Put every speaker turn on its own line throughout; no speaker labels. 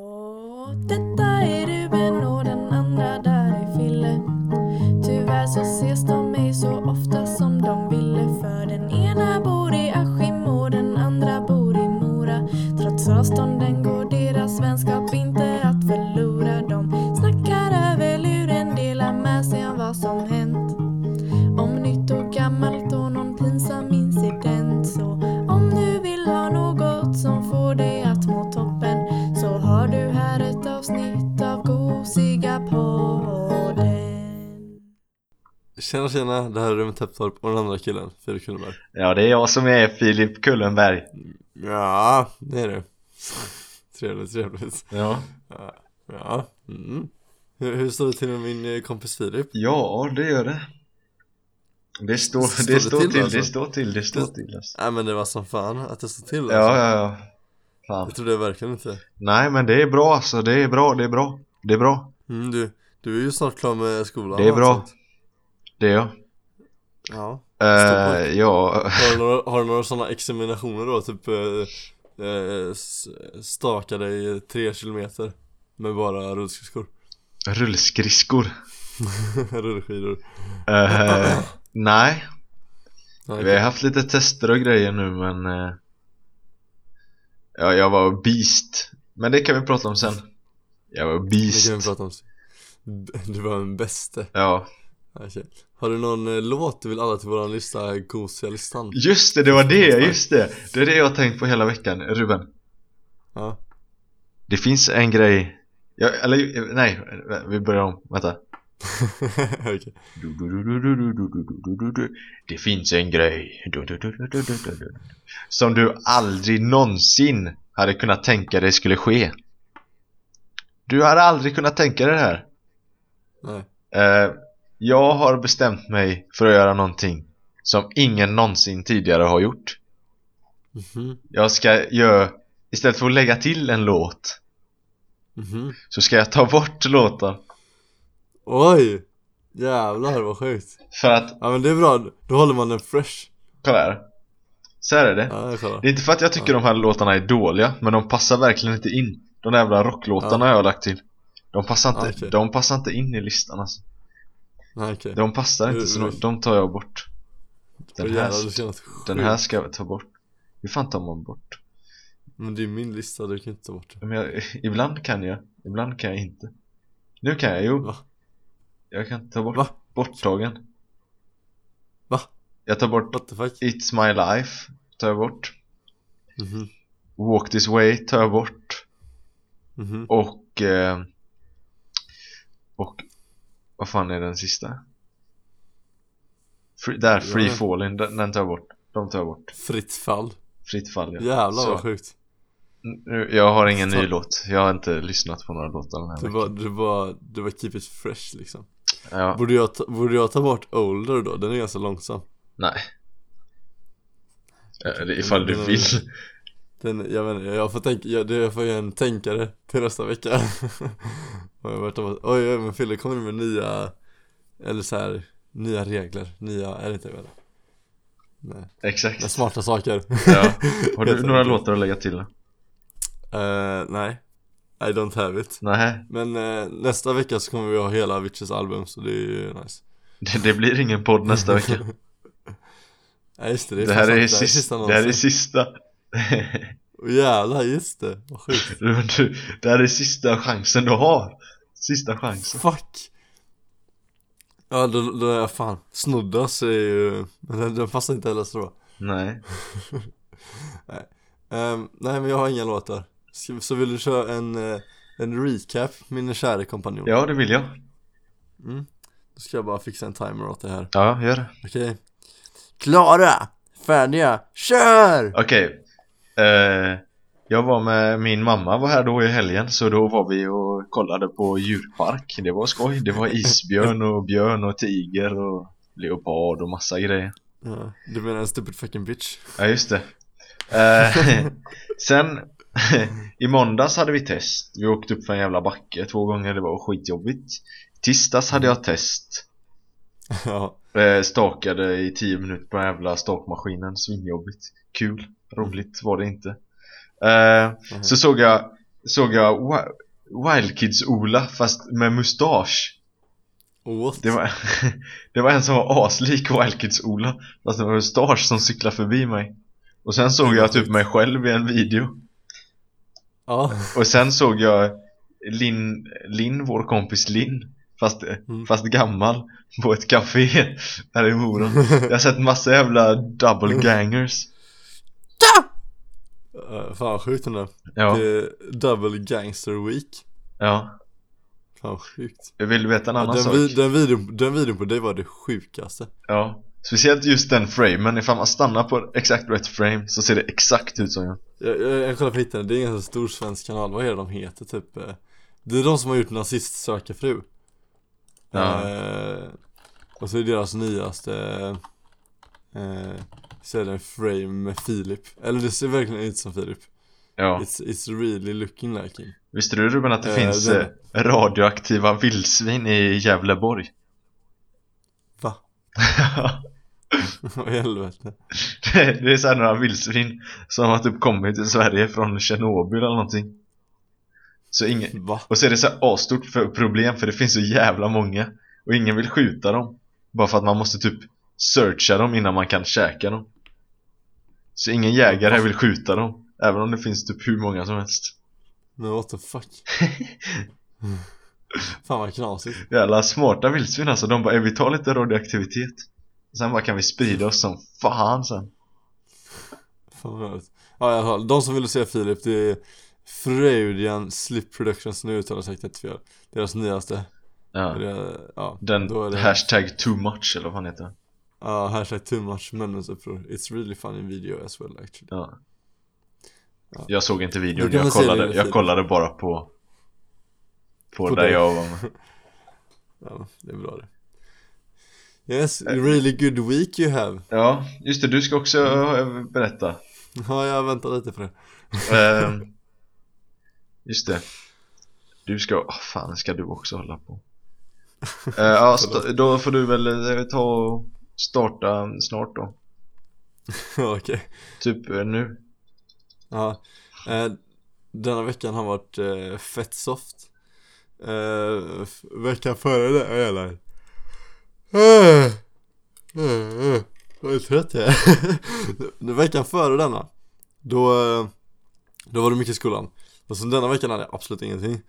Och detta är Ruben och den andra där är Fille. Tyvärr så ses de ej så ofta som de ville. För den ena bor i Askim och den andra bor i Mora. Trots avstånden går deras vänskap inte att förlora. De snackar över luren, delar med sig av vad som hänt. Om nytt och gammalt och någon pinsam incident. Så om du vill ha något som får dig att må toppen så har du här ett avsnitt av Gosiga podden.
Tjena tjena, det här är Ruben Täpptorp och den andra killen, Filip Kullenberg
Ja, det är jag som är Filip Kullenberg.
Ja, det är du Trevligt, trevligt
Ja.
Ja, mm. hur, hur står det till med min eh, kompis Filip?
Ja, det gör det. Det står,
Står
det
det
står
till,
till,
alltså?
det står till, det står
Det-
till. Alltså.
Nej men det var som fan att det alltså? stod till
Ja, ja, ja.
Det
Fan.
trodde jag verkligen inte
Nej, men det är bra alltså. Det är bra, det är bra. Det är bra.
mm, du, du är ju snart klar med skolan
Det är
och
bra.
allt sånt.
Det är jag.
Ja, Stor
Eh,
pojke.
ja,
har du några, har du några sådana examinationer då? Typ eh, eh, s- staka dig tre kilometer med bara rullskridskor
rullskridskor.
Rullskidor
Eh, nej,
Nej,
vi har haft lite tester och grejer nu, men... eh, ja, jag var beast. Men det kan vi prata om sen. Jag var
Det kan vi
beast.
prata om B- Du var en bäste
Ja.
Okej. Har du någon eh, låt du vill alla till våran lista, gosiga listan?
Just det, det var det, just det! Det är det jag har tänkt på hela veckan, Ruben
Ja,
Det finns en grej jag, Eller nej, vi börjar om, vänta
okej
Du, du, du, du, du, du, du, du, du, du, du. Det finns en grej Du, du, du, du, du, du, du, du. Som du aldrig någonsin hade kunnat tänka dig skulle ske Du hade aldrig kunnat tänka dig det här
Nej,
Eh, Jag har bestämt mig för att göra någonting Som ingen någonsin tidigare har gjort
mhm,
Jag ska göra Istället för att lägga till en låt
mhm
Så ska jag ta bort låtar
Oj! Jävlar vad sjukt
För att,
Ja men det är bra, då håller man den fresh
kolla här Så här är det
Ja, jag kollar
Det är inte för att jag tycker de här låtarna är dåliga Men de passar verkligen inte in De där jävla rocklåtarna jag har lagt till De passar inte,
Okej.
de passar inte in i listan alltså.
Nej okej,
De passar inte så de, de tar jag bort
Åh,
Den
jävlar, det
här,
känns
den här ska jag ta bort Hur fan tar man bort?
Men det är min lista, du kan inte ta bort den
Men jag, ibland kan jag, ibland kan jag inte Nu kan jag, jo
Va?
Jag kan ta bort,
Va?
borttagen
Va?
Jag tar bort
What the fuck?
It's My Life tar jag bort
Mhm,
Walk This Way tar jag bort
mhm
och eh, och vad fan är den sista? Free, där, Free
Ja.
Falling, den, den tar jag bort De tar jag bort,
Fritt fall
Fritt Fall ja.
Jävlar vad
Så,
sjukt
nu, Jag har ingen
Ta-
ny låt, jag har inte lyssnat på några låtar den här
Det
veckan.
var, det var, det var keep it fresh liksom
ja,
Borde jag, ta, borde jag ta bort Older då? Den är ganska långsam
Nej Ja, det- Ifall du
Den-
vill
Den, jag vet inte, jag får tänka, jag, det- jag får göra en tänkare till nästa vecka Har jag varit om att, oj, oj men Fille kommer med nya Eller så här nya regler, nya, är det inte väl? Nej,
Exakt
men smarta saker
ja. Har
Helt
du några
enkelt.
låtar att lägga till?
Eh, Nej, I don't have it
Nej,
Men eh, nästa vecka så kommer vi ha hela Witches album så det är ju nice
det, det blir ingen podd nästa vecka
Ja just det, det är,
Det här
fan
är
sant,
sista, det här är
någonsin.
sista
Åh, Jävlar, just det, vad sjukt
Du, du, det här är sista chansen du har Sista chansen
Fuck! Ja, då, då är jag fan, snoddas är ju, men den, den passar inte heller så bra
Nej
Ehm, Nej men jag har inga låtar Ska, Så vill du köra en, eh, en recap, min kära kompanjon?
Ja det vill jag
Mm. Då ska jag bara fixa en timer åt det här,
Ja gör det
okej? Klara! Färdiga, kör!
Okej eh, Jag var med min mamma var här då i helgen Så då var vi och kollade på djurpark Det var skoj Det var isbjörn och björn och tiger och leopard och massa grejer
Ja, du menar en stupid fucking bitch?
Ja just det eh, Sen I måndags hade vi test Vi åkte upp för en jävla backe två gånger Det var skitjobbigt Tisdags hade jag test
ja,
Eh, Stakade i 10 minuter på den jävla stakmaskinen, svinjobbigt Kul, roligt var det inte eh,
Mhm.
Så såg jag, såg jag wow, Wild Kids Ola fast med mustasch
What?
Det var, det var en som var aslik Wild Kids Ola Fast det var mustasch som cyklade förbi mig Och sen såg jag typ mig själv i en video
Ja,
Och sen såg jag Linn, Linn vår kompis Linn Fast,
Mm.
fast gammal På ett café här i Mora Jag har sett massa jävla double
Mm.
gangers
uh, fan vad sjukt ändå
Ja,
Det är Double Gangster Week
ja
Fan vad sjukt
Vill du veta en
ja,
annan
den,
sak?
vi, den, videon, den videon på dig var det sjukaste
Ja, speciellt just den framen, ifall man stannar på exakt rätt frame så ser det exakt ut som jag
Jag, jag, jag kollar på hittan, det är en ganska stor svensk kanal, vad är det de heter typ? eh, Det är de som har gjort Nazist söker fru
Ja.
eh, Och så är det deras nyaste eh, Så är det en frame med Filip Eller det ser verkligen ut som Filip
Ja,
it's, it's really looking like him
visste du Ruben att det
Eh,
finns
den-
eh, radioaktiva vildsvin i Gävleborg?
Va? Vad i helvete?
det det är såhär några vildsvin som har typ kommit till Sverige från Tjernobyl eller någonting Så ingen...
Va?
Och så är det såhär asstort för problem för det finns så jävla många Och ingen vill skjuta dem Bara för att man måste typ searcha dem innan man kan käka dem Så ingen jägare vill skjuta dem Även om det finns typ hur många som helst
Men what the fuck? Fan vad knasigt
Jävla smarta vildsvin alltså, de bara "Eh, vi tar lite radioaktivitet Sen bara kan vi sprida oss som fan sen
Fan vad roligt. Ja i alla fall, de som ville se Filip det är Freudian Slip Productions, nu uttalar jag säkert inte fel Deras nyaste
ja.
det, ja,
Den
då är det,
hashtag too much eller vad han heter
ja, hashtag too much männens uppror It's really funny video as well actually
ja.
Ja.
Jag såg inte
Du
videon,
kan
jag
väl se det
kollade,
i
jag
feed.
kollade bara på På,
På
där
dig.
jag var med
Ja, det är bra det Yes, really good week you have
Ja, just det, du ska också
Mm.
eh, berätta
Ja, jag väntar lite för det
Ehm, Just det Du ska, oh, fan ska du också hålla på Eh, Ja, st- då får du väl eh, ta och starta snart då
Ja, Okej
Typ eh, nu
Ja, eh, denna veckan har varit eh, fett soft. Eh, f- veckan före det, eller? Eh, eh, eh, Vad är trött jag är. Veckan före denna, då, eh, då var det mycket i skolan. Och så denna veckan hade jag absolut ingenting.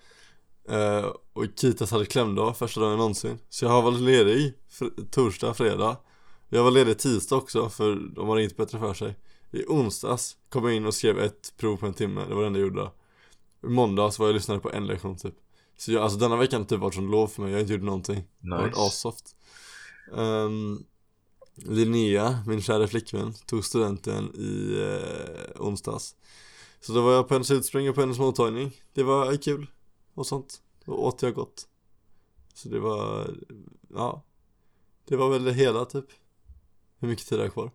Eh, och Kitas hade klämdag första dagen någonsin. Så jag har varit ledig fr- torsdag, fredag. Jag var ledig tisdag också för de har inget bättre för sig. I onsdags kom jag in och skrev ett prov på en timme, det var det enda jag gjorde I måndags var jag och lyssnade på en lektion typ Så jag, alltså denna veckan har typ varit som lov för mig, jag har inte gjort någonting Det har varit
Nice.
assoft um, Linnea, min kära flickvän, tog studenten i eh, onsdags Så då var jag på hennes utspring och på hennes mottagning Det var kul och sånt Då åt jag gott Så det var, ja Det var väl det hela typ Hur mycket tid är kvar?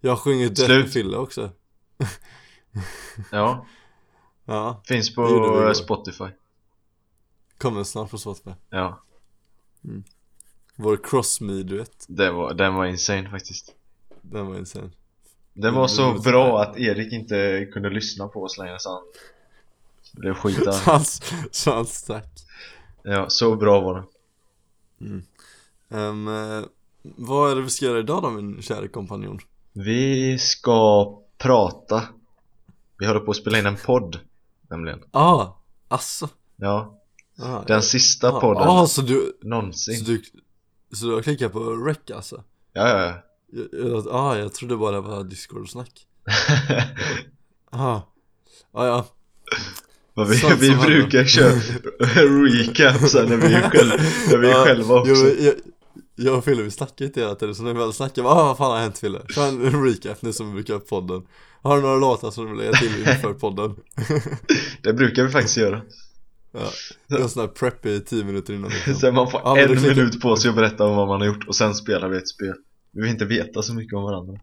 Jag sjunger Death
Slut.
med Fille också
Ja,
Ja,
finns
Det gjorde vi
på
igår.
eh, Spotify
kommer snart på Spotify
Ja,
Vår Cross Me-duett,
det var, den var insane faktiskt
den var insane
Den var så bra att Erik inte kunde lyssna på oss längre så han blev skitad
Så hans, så hans tack
Ja, så bra var den
Ehm, eh, Vad är det vi ska göra idag då min kära kompanjon?
Vi ska prata Vi håller på att spela in en podd Nämligen
Ah, asså
Ja,
ah,
den sista
ah,
podden
Ah, så du,
någonsin
så du, så du har klickat på rec alltså?
Ja, ja, ja
Jag, jag, ah, jag trodde bara det var discord-snack Ah, ah ja
Vad vi,
Sånt
vi
som
brukar köra recap sen när vi är, själv, när vi är
Ja,
själva också
Jo, men jag, jag och Fille vi snackar inte hela tiden så när vi väl snackar, bara, ah, vad fan har hänt Fille? Kör en recap nu som vi brukar göra på podden Har du några låtar som du vill lägga till inför podden?
Det brukar vi faktiskt göra
Ja, det är en sån här preppy i 10 minuter innan liksom.
Sen man får
Ja, men
en
det klickar-
minut på sig att berätta om vad man har gjort och sen spelar vi ett spel Vi vill inte veta så mycket om varandra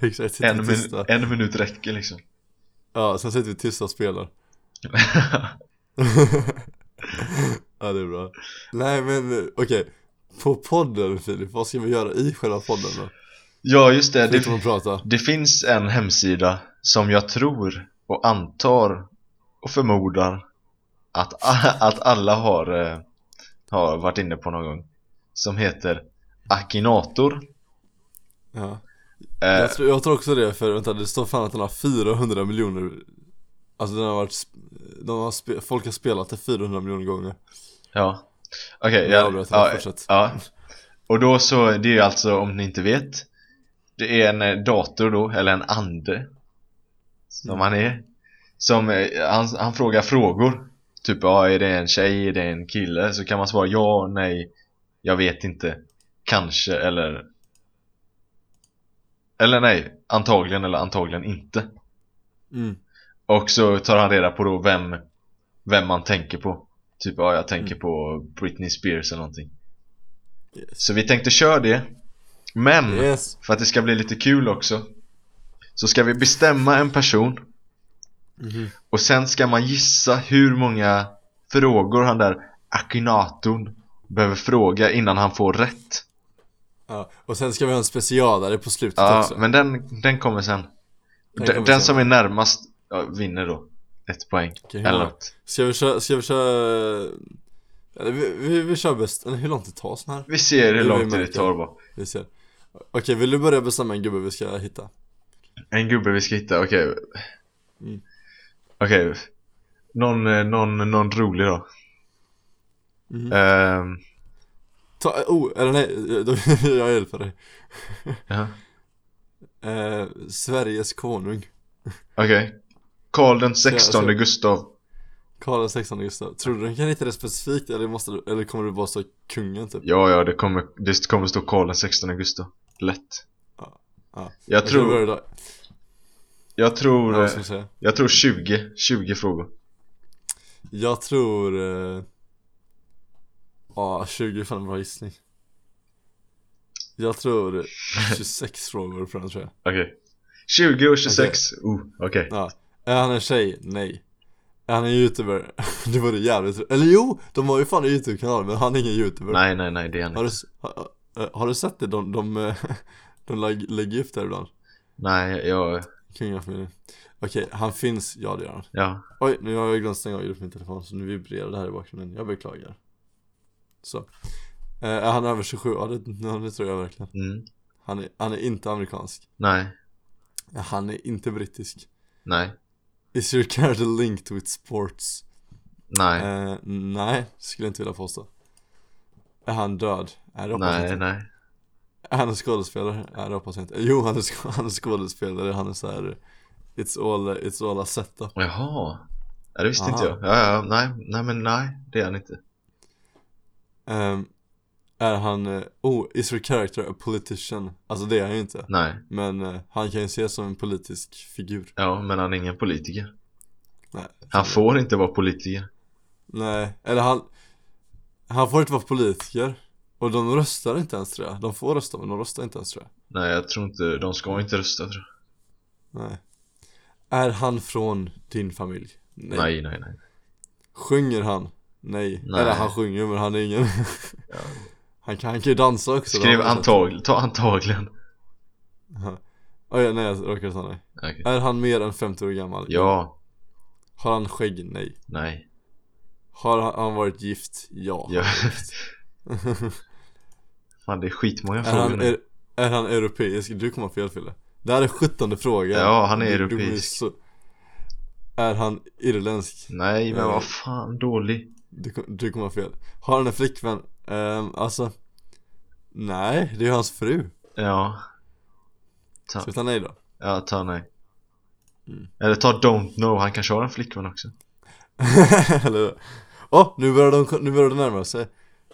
Exakt, typ sitter
En,
vi
min,
tysta
en minut räcker liksom
Ja, sen sitter vi tysta och spelar Ja, det är bra Nej men eh, okej På podden Filip, vad ska vi göra i själva podden då?
Ja, just det, det
Förutom att prata
Det finns en hemsida som jag tror och antar och förmodar att, att alla har, eh, har varit inne på någon gång som heter Akinator
Ja.
eh,
Jag, tror, jag tror också det, för vänta, det står fan att den har 400 miljoner Alltså den har varit, sp- de har spe, folk har spelat det 400 miljoner gånger
Ja Okej,
Nu
ja,
avbröt jag,
ja,
fortsätt.
ja Och då så, det är ju alltså om ni inte vet Det är en eh, dator då, eller en ande Som han är Som, eh, han, han frågar frågor Typ, ja är det en tjej, är det en kille? Så kan man svara ja, nej, jag vet inte Kanske, eller Eller nej, antagligen eller antagligen inte
mm.
och så tar han reda på då vem Vem man tänker på Typ ja jag tänker på Britney Spears eller någonting
Mm. yes.
Så vi tänkte köra det Men
yes
för att det ska bli lite kul också Så ska vi bestämma en person
Mhm.
Och sen ska man gissa hur många frågor han där Akinatorn behöver fråga innan han får rätt
ja. Och sen ska vi ha en specialare på slutet
Ja
också
men den, den kommer sen Den,
kommer sen.
den som är närmast ja, vinner då ett poäng
Okej, hur
eller
många-
något
Ska vi köra, ska vi köra eller, vi, vi, vi kör bäst, eller hur långt det tar sån här?
Vi ser hur
Hur vi
lång tid det
märker.
tar bara
Vi ser Okej, vill du börja bestämma en gubbe vi ska hitta?
En gubbe vi ska hitta, okej
Mm.
Okej någon, eh, någon, någon rolig då
Mhm.
Ehm,
Ta, oh, eller nej, då, jag hjälper dig
ja.
eh, Sveriges konung
Okej Karl den
jag
16
ser-
Gustav
Karl XVI Gustav, tror du den kan hitta det specifikt eller, måste du, eller kommer du bara stå kungen typ?
Ja ja det kommer, det kommer stå Karl den 16 Gustav Lätt
Ja, ja.
Jag tror,
det
jag tror,
jag,
eh,
ska säga.
jag tror 20, 20 frågor
jag tror... eh, Ja, 20 är fan en bra gissning Jag tror 26 frågor på den tror jag
Okej 20 och 26, oh, okej
ja. Är han en tjej? Nej Är han en youtuber? det vore jävligt ro- Eller jo! De har ju fan en youtube-kanal men han är ingen youtuber
Nej nej nej det är han
Har
inte
du, s- har, eh, har du sett det? De, de, eh, de lägg- lägger upp det här ibland
Nej jag,
Kungafamiljen Okej, han finns, ja det gör han
ja
Oj, nu har jag glömt stänga av ljudet på min telefon så nu vibrerar det här i bakgrunden, jag beklagar Så eh, Är han över 27? Ja det, ja, det tror jag verkligen
mm.
han är, han är inte amerikansk
Nej,
Han är inte brittisk
nej,
Is your character linked with sports?
nej,
Eh, nej, skulle jag inte vilja påstå Är han död? Nej det hoppas jag
nej,
inte
nej
Är han en skådespelare? Nej det hoppas jag inte Jo han är, sk- han är skådespelare, han är så här. It's all, it's all a setup
Jaha Ja, det visste
Aha.
inte jag. Ja, ja, nej, nej men nej, det är han inte.
Ehm, är han, eh, oh, is your character a politician? Alltså det är han ju inte
Nej.
Men eh, han kan ju ses som en politisk figur
Ja, men han är ingen politiker.
Nej,
Han får inte vara politiker.
nej, eller han Han får inte vara politiker Och de röstar inte ens tror jag De får rösta men de röstar inte ens tror jag
Nej, jag tror inte, de ska inte rösta tror jag.
Nej Är han från din familj? Nej,
Nej, nej, nej.
Sjunger han? Nej.
Nej.
Eller han sjunger men han är ingen han, kan, han kan ju dansa också
Skriv
då.
antagligen, ta antagligen.
Oj, nej jag råkade säga nej
Okej.
Är han mer än 50 år gammal?
Ja,
Har han skägg? Nej
nej.
Har han- han varit gift? Ja.
Ja. Fan, det är skitmånga
är,
frågor
han,
nu.
är, är han europeisk? Du kommer ha fel Fille. Det här är sjuttonde frågan.
Ja, han är
Du- du kommer ju
europeisk.
så- Är han irländsk?
Nej, men
Eh.
vad fan, dålig.
Du, kom- du kommer ha fel. Har han en flickvän? Ehm, alltså. Nej, det är ju hans fru.
Ja.
Ska vi ta nej då?
Ja, ta nej.
Mm.
Eller ta don't know, han kanske har en flickvän också.
Eller hur? Åh, nu börjar de, nu börjar de närma sig.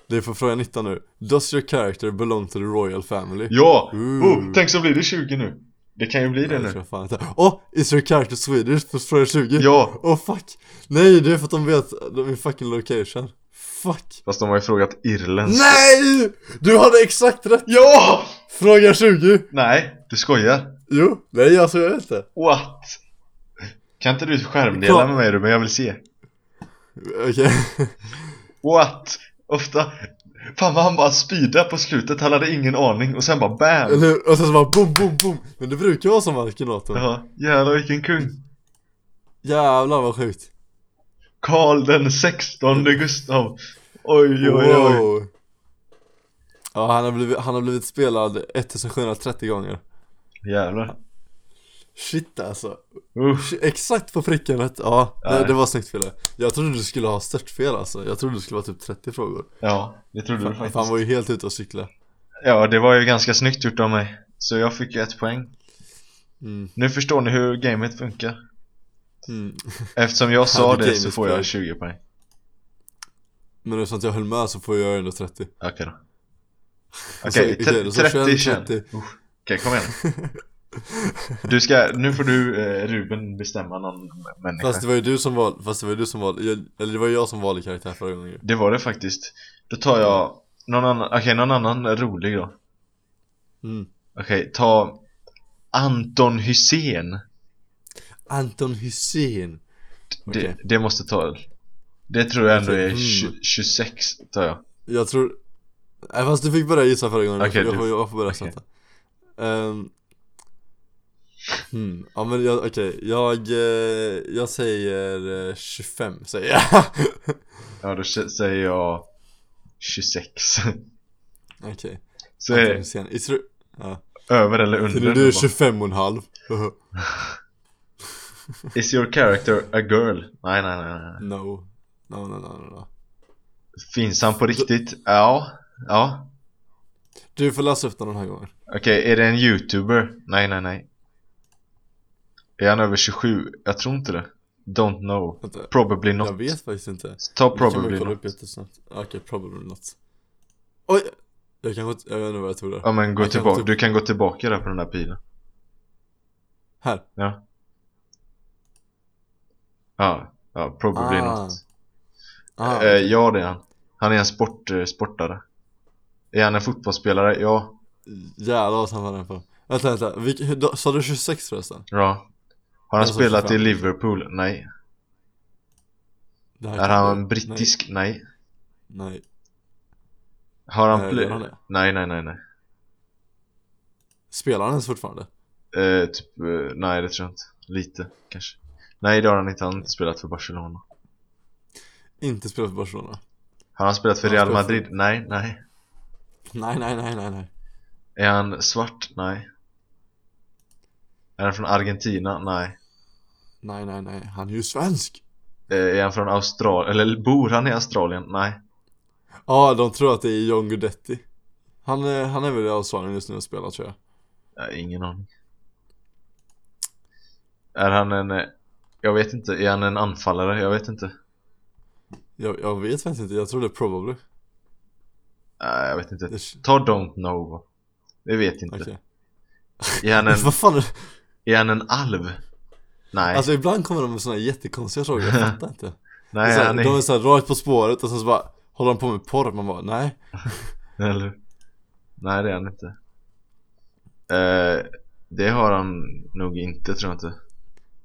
Det är för fråga 19 nu. Does your character belong to the royal family?
Ja!
Ooh.
Oh, tänk så blir det 20 nu. Det kan ju bli det
Nej, det
nu.
tror jag fan inte. Åh, is your character Swedish? För fråga 20.
Ja,
Åh fuck! Nej det är för att de vet min fucking location Fuck!
Fast de har ju frågat irländska
Nej! Du hade exakt rätt!
Ja!
Fråga 20!
Nej, du skojar?
Jo, nej alltså jag vet inte
What? Kan inte du skärmdela
Kom.
med mig då, men jag vill se
Okej,
What? Ofta Fan vad han bara speedade på slutet, han hade ingen aning och sen bara BAM!
Eller hur? Och sen så bara boom, boom, boom Men det brukar vara som Akinator
Ja, jävlar vilken kung!
Jävlar vad sjukt
Karl den 16 Gustav! Oj oj oj!
Wow. Ja han har, blivit, han har blivit spelad 1730 gånger
Jävlar!
Shit alltså
Usch.
Sh- Exakt på pricken rätt, ja det,
Nej.
det var snyggt Fille Jag trodde du skulle ha stört fel alltså Jag trodde det skulle vara typ 30 frågor
Ja, det trodde du
Fan,
faktiskt.
fan var ju helt ute och cykla
Ja, det var ju ganska snyggt gjort av mig. Så jag fick ju ett poäng.
mm.
Nu förstår ni hur gamet funkar.
Mm.
Eftersom jag sa
Ja, det
det
gamet
så får jag
play.
20 poäng.
Men eftersom att jag höll med så får jag ändå 30
Okej då.
Alltså,
Okej,
okej, då
t-
så
30
21,
känn.
30.
Usch. Okej, kom igen. Du ska, nu får du eh, Ruben bestämma någon människa.
Fast det var ju du som valde, fast det var ju du som valde, jag, eller det var ju jag som valde karaktär förra gången ju
Det var det faktiskt. Då tar jag någon annan, okej någon annan rolig då.
mm.
Okej, ta Anton Hussein.
Anton Hussein
Det,
Okej.
det måste ta. Det tror jag ändå
Okej,
är
mm.
20, 26 tar jag.
Jag tror, nej fast du fick börja gissa förra gången,
Okej,
jag,
du-
får, jag får börja
okej.
sätta Ehm. hmm. Ja men jag, okej, jag, eh, jag säger eh, 25 säger jag
Ja, då sä- säger jag 26.
Okej,
Så
Anton
är
Hussein, jag tror, ja.
över eller under
Tror
då
du är
bara.
25 och en halv?
Is your character a girl? Nej, nej, nej, nej.
No, no, no, no, no, no
Finns han på riktigt? Ja, ja.
Du får läsa upp den den här gången
Okej, är det en youtuber? Nej, nej, nej. Är han över 27? Jag tror inte det. Don't know.
Vänta,
Probably
jag
not.
vet faktiskt inte
Ta
Det kan man
probably
kolla
not.
upp jättesnabbt Okej, probably not Oj! Jag kanske inte, jag vet inte vad jag tog där
Ja men gå
Jag kan
tillbaka,
typ-
du kan gå tillbaka där på den där pilen.
Här!
Ja. Ja, ja probably
Ah.
not.
Ah,
Eh, ja det är han. Han är en sport, eh, sportare. Är han en fotbollsspelare? Ja.
jävlar vad snabb han är på Vänta, vänta, Vilk, hur- då- sa du 26 förresten?
ja. Har han
Alltså,
spelat i
25.
Liverpool? Nej.
Det här
Är
kan-
han brittisk? Nej.
Nej, nej.
Har han...
Eh,
pl-
gör han det?
nej, nej, nej, nej.
Spelar han ens fortfarande?
Eh, typ, eh, nej det tror jag inte. Lite, kanske. Nej det har han inte. Han har inte spelat för Barcelona.
Inte spelat för Barcelona?
Har han spelat för
Han har
Real
spelat för-
Madrid? Nej, nej.
Nej, nej, nej, nej, nej
Är han svart? Nej. Är han från Argentina? Nej.
Nej, nej, nej, han är ju svensk!
Eh, Är han från Australien? Eller bor han i Australien? Nej.
Ja, de tror att det är John Guidetti Han, är- han är väl i Australien just nu och spelar tror jag
Jag har ingen aning. Är han en... eh, Jag vet inte. Är han en anfallare? Jag vet inte.
Jag, jag vet faktiskt inte, jag tror det är probably
Nej, jag vet inte.
Det är-
Ta Don't Know. Vi vet inte.
Okej
Är, han en,
Vad fan är
är han en alv? Nej.
Alltså ibland kommer de med såna här jättekonstiga frågor, jag fattar inte
nej,
så här,
han är...
De är såhär rakt på spåret och sen så bara Håller de på med porr? Man bara nej
Eller... Nej, det är han inte. Eh, det har han nog inte, tror jag inte.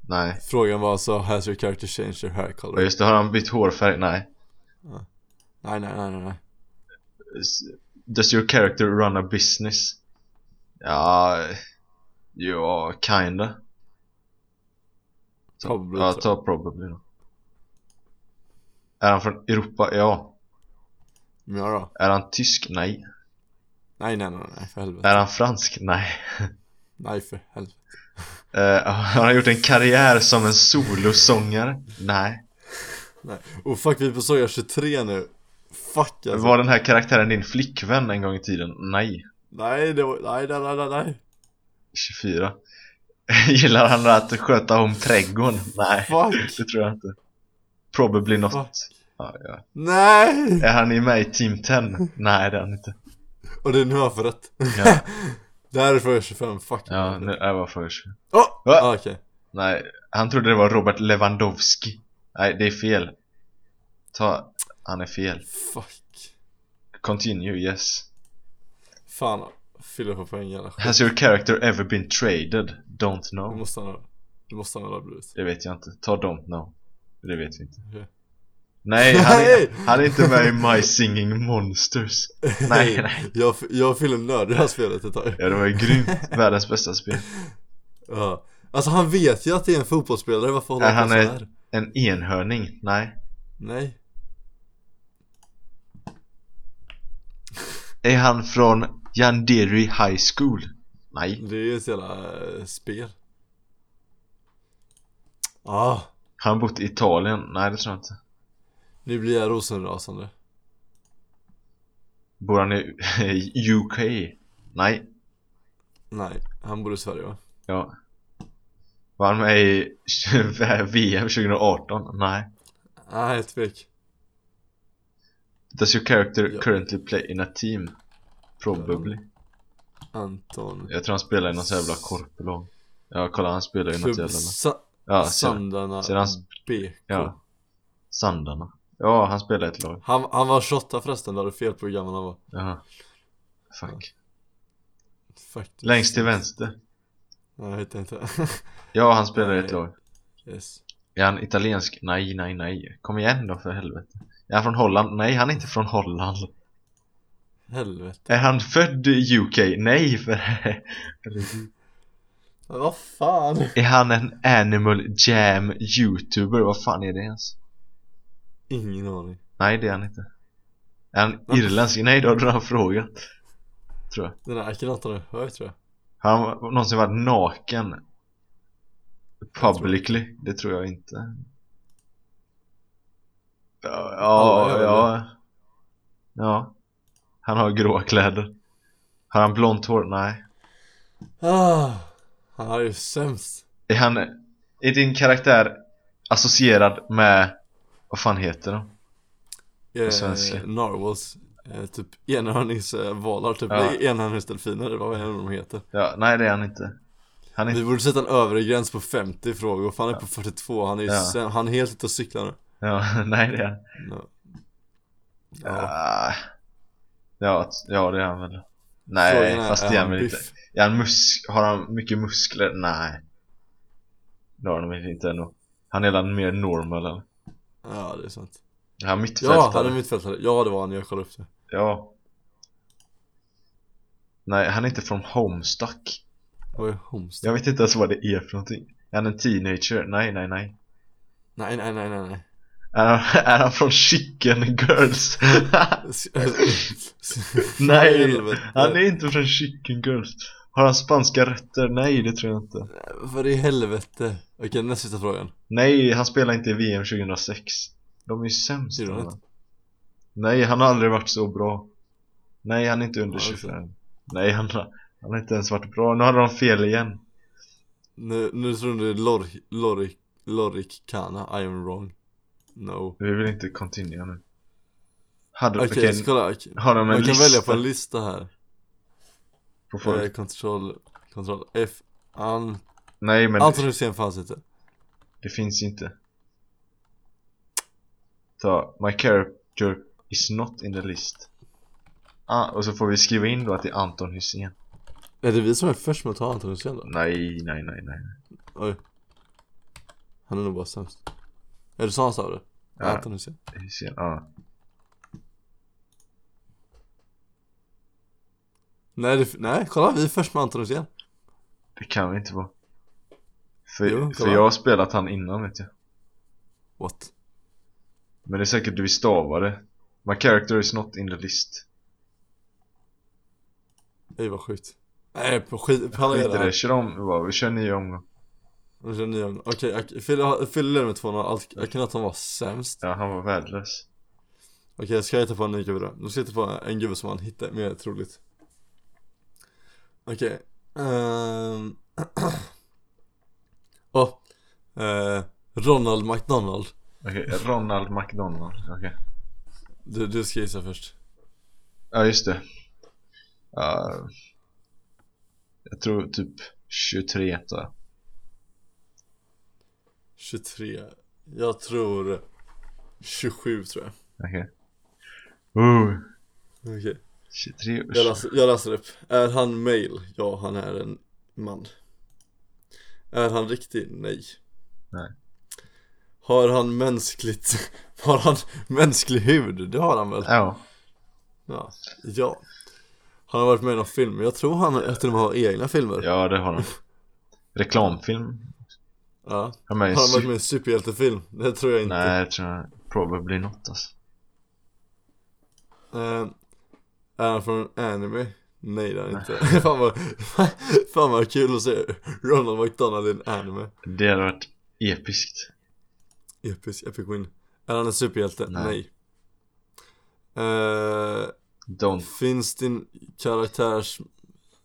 Nej.
Frågan var alltså Has your character changed your hair color?
Och just det, har han bytt hårfärg? Nej.
Nej nej nej nej nej
S- Does your character run a business? Ja, ja, kinda. Ta-
Probably,
Ja,
tror jag.
ta probably då. Är han från Europa? Ja.
Men jag då?
Är han tysk? Nej.
Nej nej nej nej för helvete
Är han fransk? Nej.
Nej för helvete
Eh, har han gjort en karriär som en solosångare? Nej.
Nej Oh fuck vi är på soja 23 nu Fuck alltså
Var den här karaktären din flickvän en gång i tiden? Nej.
Nej det var, nej nej nej nej nej
24. Gillar han att sköta om trädgården? Nej.
Fuck
Det tror jag inte. Probably not.
Fuck.
Ja, ja.
Nej!
Är han i mig i Team 10? Nej, det är han inte.
Och det är nu jag får rätt
Ja,
Det här är för 25, fuck
ja nu, jag var för
Åh!
Va?
Ah, okej
Nej, han trodde det var Robert Lewandowski. Nej, det är fel. Ta, han är fel.
Fuck
Continue, yes.
Fan Fyller på poäng jävla skit
Has your character ever been traded? Don't
Det
know.
måste han ha Det måste han väl ha blivit
Det vet jag inte. Ta don't know. Det vet vi inte.
Okej.
Nej, han
Nej!
är, han är inte med i My Singing Monsters. Nej, nej.
Jag, jag och Fille nördade det här spelet ett tag
Ja, det var ju grymt. Världens bästa spel.
ja. Alltså han vet ju att det är en fotbollsspelare, varför håller
Nej,
han på
han är-
sådär?
En enhörning? Nej.
Nej
Är han från Yandere High School? Nej.
Det är ju ett jävla eh, spel Ah,
Har han bott i Italien? Nej, det tror jag inte.
nu blir jag rosenrasande
Bor han i i UK? Nej.
Nej, han bor i Sverige va?
Ja. Var han med i VM 2018? Nej.
Nej, tvek
Does your character
Ja.
currently play in a team? Probably.
Anton
Jag tror han spelar i något jävla korplag. Ja, kolla han spelar i något
Klubb
jävla...
Sa-
Ja, ser-
Sandarna
ser han-
BK
ja. Sandarna. Ja, han spelar i ett lag.
han, han var 28 förresten, du hade fel på hur gammal han var
Jaha. Fuck.
Faktiskt
Längst till vänster.
Nej, jag hittar inte
Ja, han spelar i ett
Nej.
lag.
Yes
Är han italiensk? Nej, nej, nej. Kom igen då för helvete. Är han från Holland? Nej, han är inte från Holland.
Helvete
Är han född i UK? Nej, för herregud.
Men Vad fan?
Är han en Animal Jam YouTuber? Vad fan är det ens?
Ingen aning
Nej, det är han inte. Är han
Mm.
irländsk? Nej, då hade han frågat. Tror jag.
Den här knatten har jag hört tror jag
Har han någonsin varit naken? Publicly? Det tror jag inte. Ja, ja,
Alla gör
ja. ja. Han har gråa kläder. Har han blont hår? Nej.
ah, Han är ju sämst
Är han... Är din karaktär associerad med... Vad fan heter de?
eh,
svenska.
Narwhals eh, Typ enhörningsvalar typ,
Ja.
ja. enhörningsdelfiner eller vad än de heter
Ja, nej det är han inte. Han är
Vi
inte...
borde sätta en övre gräns på 50 frågor, fan är på 42, han är ju
Ja.
säm- han är helt ute och cyklar nu
Ja, nej det är han.
no. ja.
Ja. Ja, t- ja det är han väl.
Frågan
Nej,
är,
fast
är
det är
han
han väl inte.
biff?
Är han mus- har han mycket muskler? Nej. Det har han väl inte ändå. Han är väl mer normal eller?
ja, det är sant
Är han
Ja, han
mittfältare?
är mittfältare, ja det var han, jag kollade upp det
ja. Nej, han är inte från Homestuck.
Vad är Homestead?
Jag vet inte ens vad det är för någonting. Är han en teenager? Nej, nej, nej.
Nej, nej, nej, nej, nej
Är han, är han från Chicken Girls? Nej,
Helvete.
han är inte från Chicken Girls. Har han spanska rötter? Nej, det tror jag inte.
Vad i helvete? Okej, nästa sista frågan
Nej, han spelar inte i VM 2006. De är ju sämst.
Gjorde han
alla. Nej, han har aldrig varit så bra. Nej, han är inte under
Ja,
25. Nej, han har, han har inte ens varit bra. Nu hade de fel igen.
Nu, nu tror du det är Lorik, Lorik, Lorik Kana, I am wrong No
Vi vill inte continue nu. Hade,
Okej,
okej,
så kolla, okej.
har de en
man kan
lista
välja på
på,
en lista här
folk?
Eh, Control, control F An...
Nej, men
Anton Hussein fanns inte
det finns inte. Ta, my character is not in the list. Ah, och så får vi skriva in då att det är Anton Hussein.
Är det vi som är först med att ta Anton Hussein då?
Nej, nej, nej, nej.
Oj Han är nog bara sämst Är det så han sa det?
Ja.
Anton Hussein?
Hussein, ja.
Nej, det, nej, kolla vi är först med Anton Hussein
Det kan vi inte vara. För,
Jo,
för
kolla.
jag har spelat han innan vet jag.
What?
Men det är säkert du stavar det. My character is not in the list.
Ej vad sjukt Nej, på skit, pallar
Skit
er
i
det
det,
här
kör om bara. Vi kör en ny omgång.
Nu kör ni om. Okej, ak- Fille Fille leder med 2-0, Allt- Akhenaton var sämst
Ja, han var värdelös.
Okej, jag ska hitta på en ny gubbe då? Nu ska jag hitta på en gubbe som han hittar mer troligt Okej, ehm... Åh! eh, Ronald McDonald
Okej, Ronald McDonald. Okej.
Du, du ska gissa först
Ja, just det. Ja, jag tror typ 23 tar jag.
23 Jag tror 27 tror jag
Okej.
Uh.
Ooh,
Okej,
23 och
jag,
20.
läser, jag läser upp Är han male? Ja, han är en man Är han riktig? Nej
Nej.
Har han mänskligt Har han mänsklig hud? Det har han väl?
Ja.
Ja, ja. Han har varit med i någon film, jag tror han jag tror de har egna filmer
Ja, det har han. Reklamfilm?
Ja.
Har med i
Har han varit
super...
med i en superhjältefilm? Det tror jag inte
Nej, jag tror jag probably not alltså.
Eh, Är han från en anime? Nej det är han inte fan, vad, fan vad kul att se Ronald McDonald i en anime
Det hade varit episkt.
Episk, epic win Är han en superhjälte?
Nej.
Nej, Eh,
Don't.
Finns din karaktärs...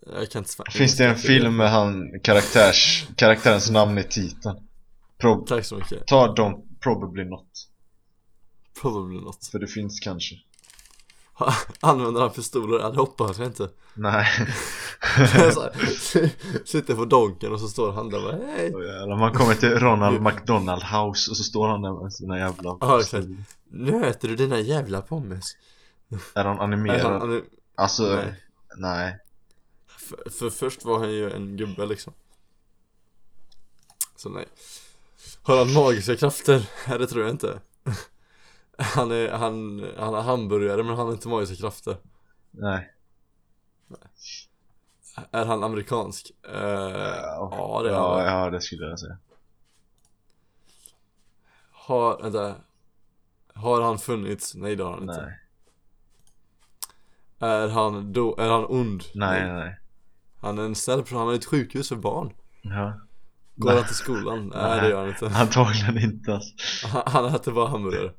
Jag kan inte svara
Finns det en film med han karaktärs, karaktärens namn i titeln? Pro...
Tack så mycket,
Ta Don't probably not.
probably not
För det finns kanske.
Använder han pistoler? Ja det hoppas jag inte
Nej.
Så här, Sitter på donken och så står han där och bara hej
Åh, jävlar, Man kommer till Ronald McDonald House och så står han där med sina jävla...
Ja, exakt. Nu äter du dina jävla pommes
Är han
Nej, han,
animerad?
han, är-
Alltså, nej.
nej. För, för först var han ju en gubbe liksom Så nej Har han magiska krafter? Nej det tror jag inte Han är, han, han har hamburgare men han har inte magiska krafter
Nej.
Är han amerikansk? Eh, ja det är han
ja,
väl.
ja, det skulle jag säga.
Har, vänta Har han funnits? Nej det har han inte
Nej,
Är han då, är han ond?
nej, nej. nej.
Han är en snäll person, han har ett sjukhus för barn
Ja.
Går han till skolan? Nej det gör han inte
Antagligen inte alltså.
Han, han äter bara hamburgare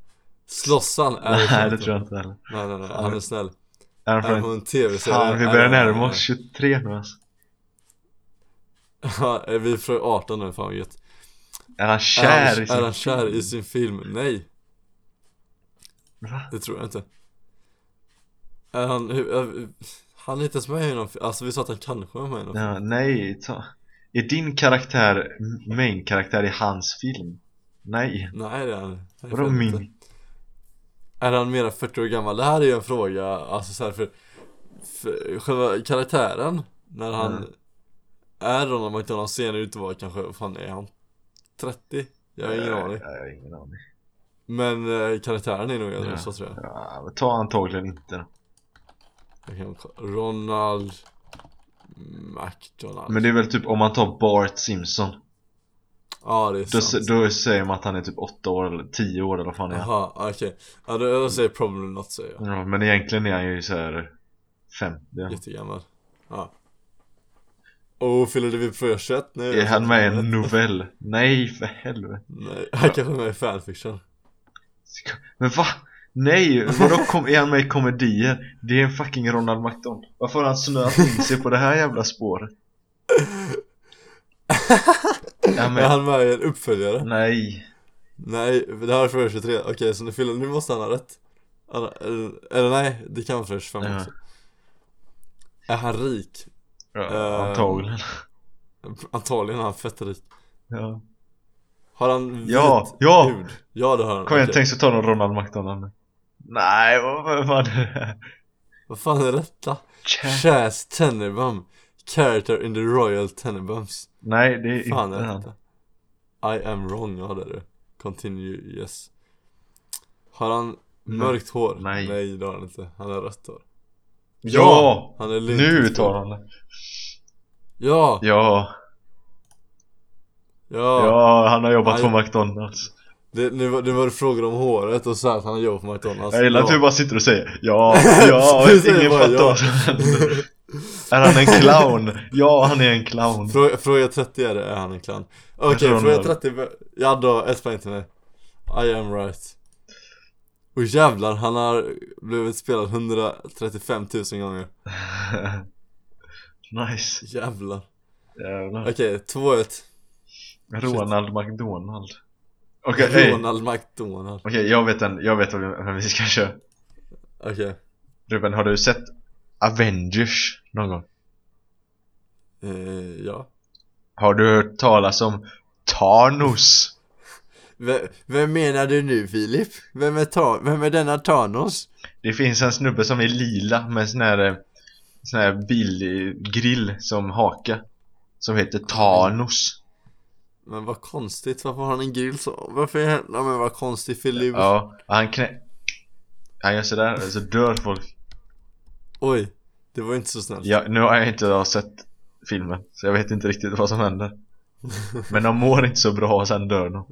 Slåss han? Nej,
Nej, det
inte.
tror jag inte heller.
Nej nej nej, han är snäll
Är han
Är han
från...
på en tv-serie?
Fan, vi
Är
börjar
han-
närma oss 23 nu alltså.
Ja, är vi från 18 nu, fan vad gött
Är han
Är han-
kär i sin...
Är han kär i sin film? Nej,
Va?
det tror jag inte Är han, hur, är, han är inte ens med i någon film, alltså vi sa att han kanske är med i någon film
Ja, nej, ta... Är din karaktär main-karaktär i hans film? Nej.
Nej det är han Nej,
Vadå
jag vet inte.
min?
Är han mer än 40 år gammal? Det här är ju en fråga, alltså så här för, för själva karaktären när han
Mm.
är Ronald McDonald ser han ut att vara kanske, vad fan är han 30? Jag har ingen
Ja,
aning
ja, Jag har ingen aning.
Men eh, karaktären är nog äldre
Ja.
så tror jag
Ja, Ah, men ta antagligen inte då.
Jag kan kolla. Ronald McDonald
Men det är väl typ om man tar Bart Simpson.
Ja det är
Då,
sant
då säger man att han är typ 8 år eller 10 år eller vad fan är han?
Jaha, okej Ja då jag säger problem not säger jag
Ja, men egentligen är han ju såhär 50.
Jättegammal Ja Oh, fyller du vid för 21 nu?
Är han med i en novell? Nej för helvete.
Nej, han kanske är med i fanfiction
Men va? Nej, vadå kom, är han med i komedier? Det är en fucking Ronald McDonald. Varför har han snöat in sig på det här jävla spåret? Är han
Är
med?
han med i en uppföljare?
Mm. Nej.
Nej, det här är för 23, okej så nu fyller, nu måste han ha rätt Han- Eller, eller nej, det kan vara för 25
Ja.
också Är han rik?
Ja,
Eh.
antagligen.
Antagligen är han fett rik
Ja.
Har han vit
Ja, ja.
hud? Ja det har han,
Kom igen,
okej.
tänk så tar någon Ronald McDonald nu. Nej, vad vad fan är det här?
Vad fan är detta?
Tja.
Chas Tenenbaum Character in the Royal Tenenbaums
Nej, det är
Fan
inte
är
han.
detta? I am wrong, ja det är det Continue, yes Har han mörkt hår?
Nej.
Nej det har han inte, han har rött hår
Ja!
Han är lugnt
Nu tar han det.
Ja!
Ja,
Ja!
ja, han har jobbat på
Nej.
McDonalds.
Det, nu, var- nu var det frågor om håret och så här att han har jobbat på McDonalds
Jag gillar att
Ja.
du bara sitter och säger ja, ja,
Du säger
ingen
bara
fattar
ja.
vad som händer. Är han en clown? Ja, han är en clown.
Fråga, fråga 30 är det, är han en clown? Okej,
tror
fråga
han är.
30, bör- ja då, ett poäng till mig I am right Och jävlar, han har blivit spelad 135 000 gånger
Nice.
Jävlar
Jävlar.
Okej, 2-1
Ronald McDonald. Okej, hej. Okej,
Ronald McDonald
jag vet en, jag vet vem vem vi ska köra.
Okej,
Ruben, har du sett Avengers någon gång?
eh, ja
Har du hört talas om Thanos?
vem, vem menar du nu Filip? Vem är, ta- vem är denna Thanos?
Det finns en snubbe som är lila med en sån här, eh, sån här bilgrill som haka Som heter Thanos
Men vad konstigt, varför har han en grill så? Varför är han... Ja, men vad konstig filur
Ja, och han knä... Han gör sådär och så dör folk
Oj, det var inte så snällt
ja, Nu har jag inte sett filmen så jag vet inte riktigt vad som händer Men de mår inte så bra och sen dör de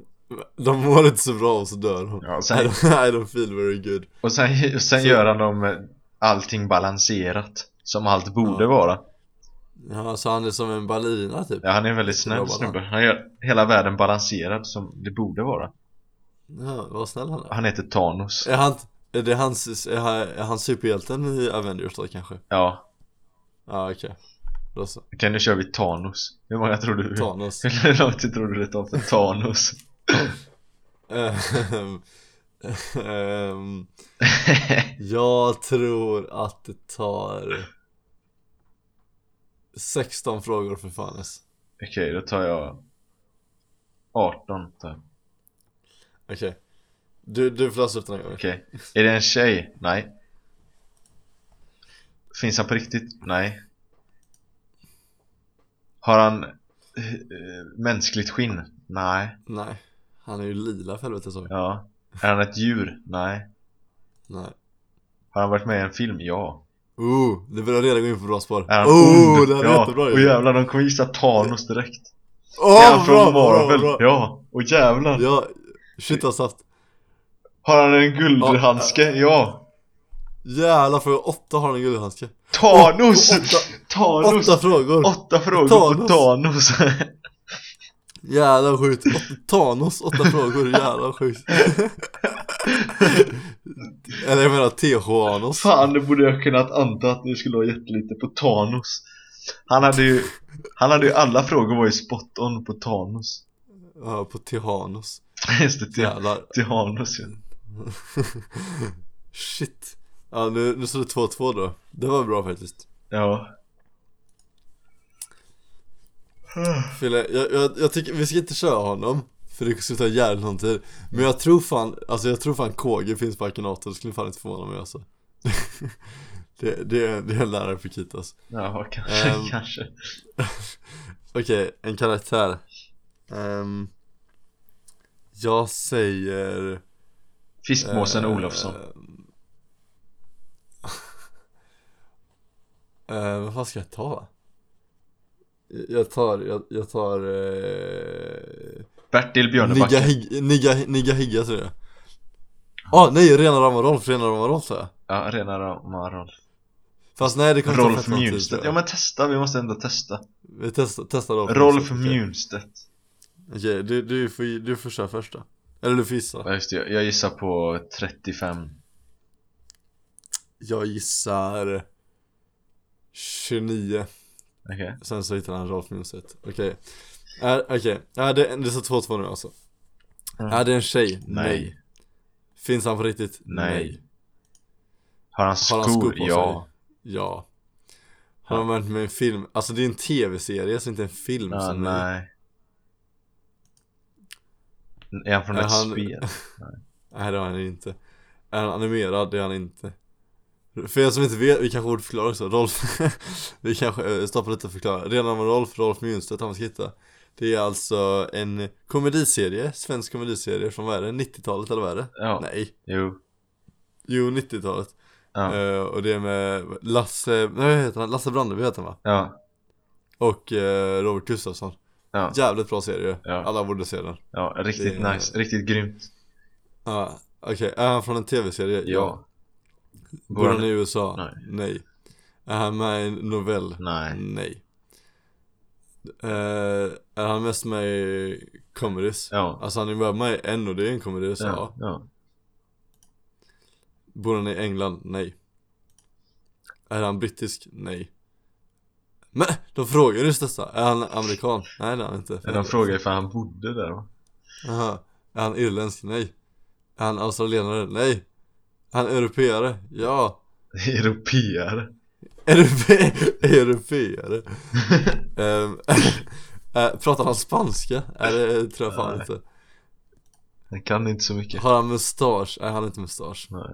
De mår inte så bra och så dör de
ja,
I,
sen,
don't, I don't feel very good
Och sen, och sen
Så-
gör han dem eh, allting balanserat Som allt borde
Ja.
vara
Ja, så han är som en ballerina typ
Ja, han är en väldigt
Bra
snäll
balans.
snubbe Han gör hela världen balanserad som det borde vara
Ja, vad snäll han är
Han heter Thanos
Är han, är det hans, är han, är han superhjälten i Avengers då kanske?
Ja,
Ja okej Då så,
okej nu kör vi Thanos Hur många tror du?
Thanos
Hur lång tid tror du det tar för Thanos?
Ehm, ehm, Jag tror att det tar 16 frågor för fanes
Okej, då tar jag 18 tar jag.
Okej Du, du får läsa upp den här gången
Okej, är det en tjej? Nej Finns han på riktigt? Nej Har han eh, eh, mänskligt skinn? Nej
Nej, han är ju lila för helvete så
Ja Är han ett djur? Nej
Nej
Har han varit med i en film? Ja
Oh, det börjar redan gå in på bra spår
Är han
Oh,
ond?
det här är
ja.
jättebra
Och
ju
jävlar, de kommer gissa Thanos direkt Är
Åh,
han
bra,
från
bra,
Marvel?
bra,
Ja, och jävlar
Ja, shit vad saft
Har han en guldhandske? Ja
Jävlar fråga, åtta har han en guldhandske
Thanos!
Åtta-
Thanos!
Åtta frågor!
Åtta frågor på Thanos!
Jävlar vad sjukt! Åt- Thanos, åtta frågor, jävlar vad sjukt Eller jag menar TH-Anos
Fan, det borde jag kunnat anta att ni skulle ha jättelite på Thanos Han hade ju, han hade ju alla frågor var ju spot on på Thanos
Ja, på TH-Anos
Just det, till,
Jävlar
till Hanus ja.
Shit Ja nu, nu står det 2-2 då Det var bra faktiskt
ja
Fille, jag, jag, jag tycker vi ska inte köra honom För det skulle ta jävligt lång tid Men jag tror fan, alltså jag tror fan KG finns på Akinator, det skulle fan inte förvåna mig alltså det, det, är- det är en lärare för Kitas
Ja, kanske,
Ehm.
kanske
Okej, en karaktär Ehm, Jag säger
Fiskmåsen
eh,
Olofsson
eh, Vad fan ska jag ta? Jag tar, jag, jag tar eh,
Bertil Björnebacke
Nigga, hig, nigga, nigga Higga tror jag Ah nej, Rena Rama Rolf, Rena Rama Rolf sa jag
Ja, rena rama Rolf
Fast nej det kommer ta
Rolf
fett lång tid, tror
Mjunstedt, ja
jag.
men testa, vi måste ändå testa
Vi testar, testar Rolf
Rolf
okej.
Mjunstedt
Okej, du, du, får, du får köra först då Eller du får gissa
Ja just det, jag- jag gissar på 35
Jag gissar 29
Okej,
Sen så hittar han Rolf Mjunstedt Okej Är- Okej, är det, det står 2-2 nu alltså
Mm.
Är det en tjej?
Nej.
Finns han på riktigt?
Nej. Har han skor?
Har han skor på
ja
sig? Ja Har han varit med i en film? Alltså det är en tv-serie så inte en film
Ja,
som är-
nej Är han från
Är
ett
han-
spel?
Nej det har han inte Är han animerad? Det är han inte För er som inte vet, vi kanske borde förklara också Rolf Vi kanske eh, stoppar lite och förklarar Redan med Rolf, Rolf Mjunstedt han ska hitta Det är alltså en komediserie, svensk komediserie från vad är det? 90-talet eller vad är det?
Ja,
Nej,
jo
jo 90-talet
Ja,
Eh, Och det är med Lasse, nej vad heter han? Lasse Brandeby heter han va?
ja,
Och eh, Robert Gustafsson
ja,
Jävligt bra serie,
Ja.
alla borde se den
ja riktigt
Det-
nice, riktigt grymt
Ja, okej, är han från en tv-serie?
Ja
Bor han i USA?
Nej.
Är han med i en novell?
Nej,
Eh, är han mest med i comedies?
ja,
Alltså han är bara med i en och det är en komedi i USA
ja, ja
Bor han i England? Nej Är han brittisk? Nej Men de frågar just detta, är han amerikan? Nej det är han inte
Men De frågar ifall han bodde där va?
Aha. Är han irländsk? Nej Är han australienare? Nej Är han europeare? Ja
Europeer
Europe Europeer um, eh, Pratar han spanska? Nej det tror jag fan
Nej.
inte
Han kan inte så mycket
Har han mustasch? Nej han har inte mustasch
Nej,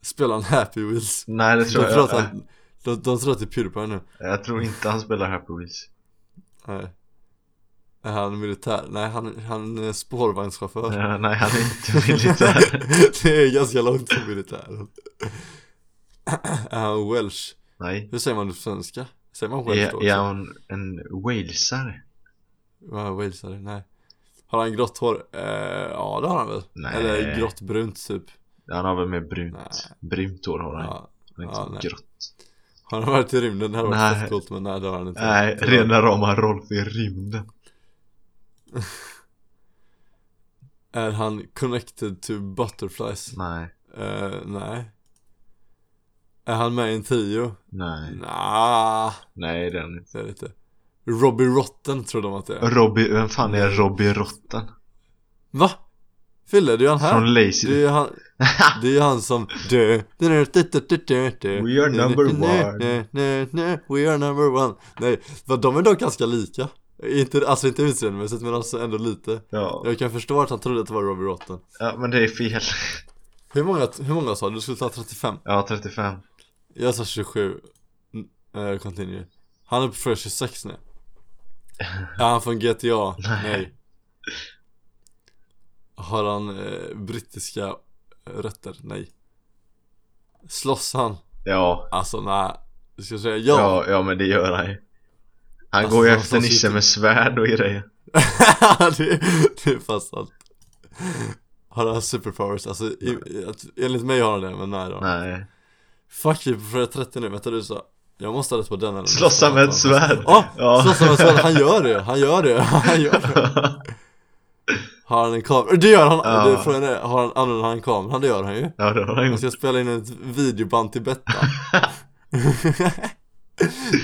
Spelar han Happy Wheels?
Nej det
De
tror
tror
jag
att han, de, de tror att det är Pewdiepie nu
Jag tror inte han spelar Happy Wheels
Nej Är han militär? Nej, han, han är spårvagnschaufför.
Eh, nej, han är inte militär.
det är ganska långt från militären. är han welsh?
nej.
Hur säger man det på svenska? Säger man welsh då?
Är, är han en walesare?
Ja, walesare, nej. Har han grått hår? Eh, ja, det har han väl.
Nej.
Eller grått brunt typ.
Han har väl mer brunt,
Nej.
brunt hår har han.
Ja.
Men inte
ja,
så
nej.
grått.
Har han varit i rymden? Det hade varit
Nej.
fett coolt men nej det har han inte.
Nej, rena rama Rolf i rymden.
Är han connected to butterflies?
Nej,
Eh, nej. Är han med i en trio?
nej,
Nja,
nej det är han
det
inte.
är det inte. Robbie Rotten tror de att det är.
Robbie, vem fan är Robbie Rotten?
Va? Fille, det är ju han här.
Från
Det är
Lazy...
ju han, det är ju han som dö. We are
number one.
We are number one. Nej, vad de är dock ganska lika. Inte, alltså inte utseendemässigt men alltså ändå lite.
Ja.
Jag kan förstå att han trodde att det var Robbie Rotten.
ja, men det är fel.
Hur många, hur många sa du? Du skulle ta 35.
Ja, 35.
Jag sa 27 uh, Continue Han är på för 26 nu Är han från GTA? Nej Har han eh, brittiska eh, rötter? Nej Slåss han?
Ja,
Alltså nej Ska jag säga ja?
ja, ja men det gör han ju. Han
Alltså,
går ju
han
efter
slåss ju
Nisse
inte.
med svärd och grejer.
det, det är fast sant Har han superpowers? Alltså i, i, att- enligt mig har han det men nej då
Nej.
Fuck you, för jag är 30 nu, vänta du sa Jag måste ha rätt på den eller
Slåss han med ett svärd?
Ja,
Ja.
slåss han med ett svärd, han gör det, han gör det, han gör det Har han en kamera? Det gör han!
Ja.
Det, frågan är, har han, använder han en kamera? Det gör han ju
Ja, det har han
Jag
gjort.
ska spela in ett videoband till Bettan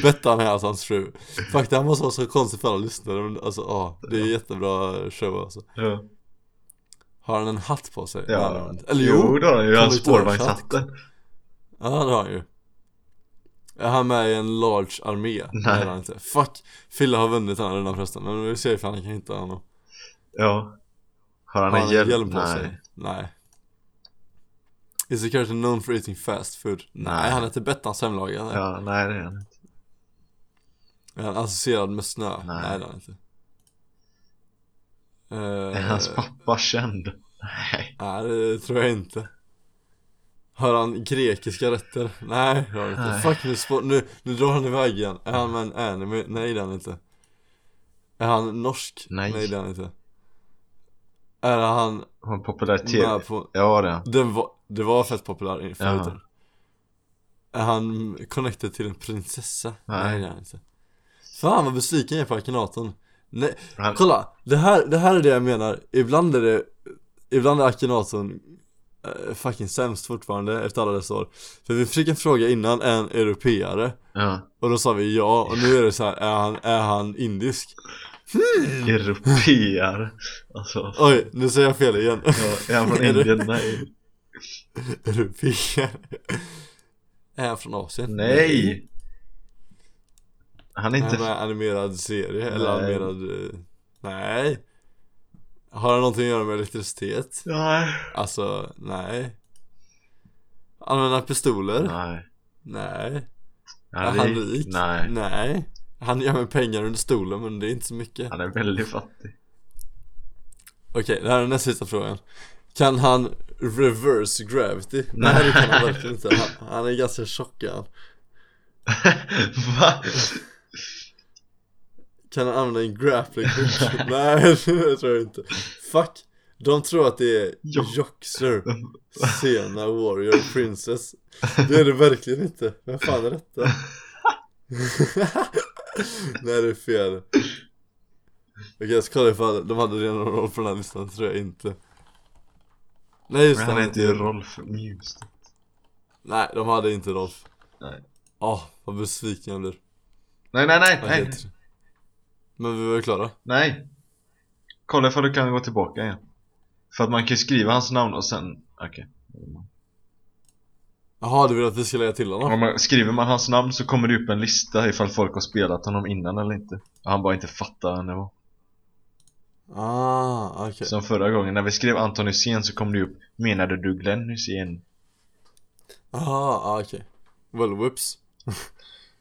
Bettan är alltså hans fru Fuck det här måste vara så konstigt för alla lyssnare men alltså ja, det är jättebra show alltså
Ja.
Har han en hatt på sig? Nej, det har
Ja.
han inte. Eller jo,
Jo, det har han ju.
Kan
Han
vi inte ha en
spårvagnshatten.
Ja det har han ju Är han med i en large armé? Nej det är han inte Fuck! Fille har vunnit den här rundan förresten Men vi ser ifall han kan hitta honom
Ja. Har han
Har
en hjälm?
på
Nej.
sig? Nej Is the character known for eating fast food? Nej,
Nej.
han heter Bettans hemlaga ja.
Ja, nej det är han inte.
Är han associerad med snö? Nej,
Nej.
det är han inte
Är
Eh,
hans pappa känd? Nej.
Nej det tror jag inte Har han grekiska rötter? Nej det har han inte
Nej.
Fuck nu, spå- nu, nu drar han iväg igen Är han med en anime? Nej det är han inte Är han norsk?
Nej.
det är han inte Är han
Har han populär tv?
med på
Ja, det är han.
Den var, det var fett populär i- förut
Ja.
Är han connected till en prinsessa?
Nej.
det är han inte Fan vad besviken jag är på Akinatorn Nej,
han.
kolla! Det här, det här är det jag menar, ibland är det Ibland är Akinatorn eh, fucking sämst fortfarande efter alla dessa år För vi fick en fråga innan, är han europeare?
Ja.
Och då sa vi ja, och nu är det så här, är han, är han indisk?
Europeer. Alltså.
Oj, nu säger jag fel igen
Ja, är han från
Är du-
Indien? Nej.
Europeare Är han från Asien?
Nej. Han är
Inte...
inte...
med animerad serie eller
Nej.
animerad... eh, Nej. Har det någonting att göra med elektricitet?
Nej.
Alltså, nej. Använda pistoler?
Nej.
Nej.
Han
är han rik?
Nej.
nej. Han gör med pengar under stolen men det är inte så mycket.
Han är väldigt fattig.
Okej, det här är näst sista frågan. Kan han reverse gravity? Nej, det kan han verkligen inte. Han, han är ganska tjock är han.
Va?
Kan han använda en grappling hook? Nej, det tror jag inte Fuck, de tror att det är
Jo.
Joxer Sena Warrior Princess Det är det verkligen inte Vem fan är detta? Nej det är fel Okej jag ska kolla ifall de hade redan någon roll på den här listan, tror jag inte Nej just
Men
det,
han
han
heter ju Rolf Mjust.
Nej de hade inte Rolf
Nej.
Åh, vad besviken jag blir
Nej, nej, nej,
Vad
nej.
heter det? Men vi var ju klara
Nej. Kolla ifall du kan gå tillbaka igen. För att man kan ju skriva hans namn och sen... Okej.
Jaha du vill att vi ska lägga till honom?
Om man, skriver man hans namn så kommer det upp en lista ifall folk har spelat honom innan eller inte. Och han bara inte fattar vem det var.
Ah, okej.
Som förra gången när vi skrev Anton Hysén så kom det upp Menade du Glenn Hysén?
Ah, ah, okej. Well, whoops.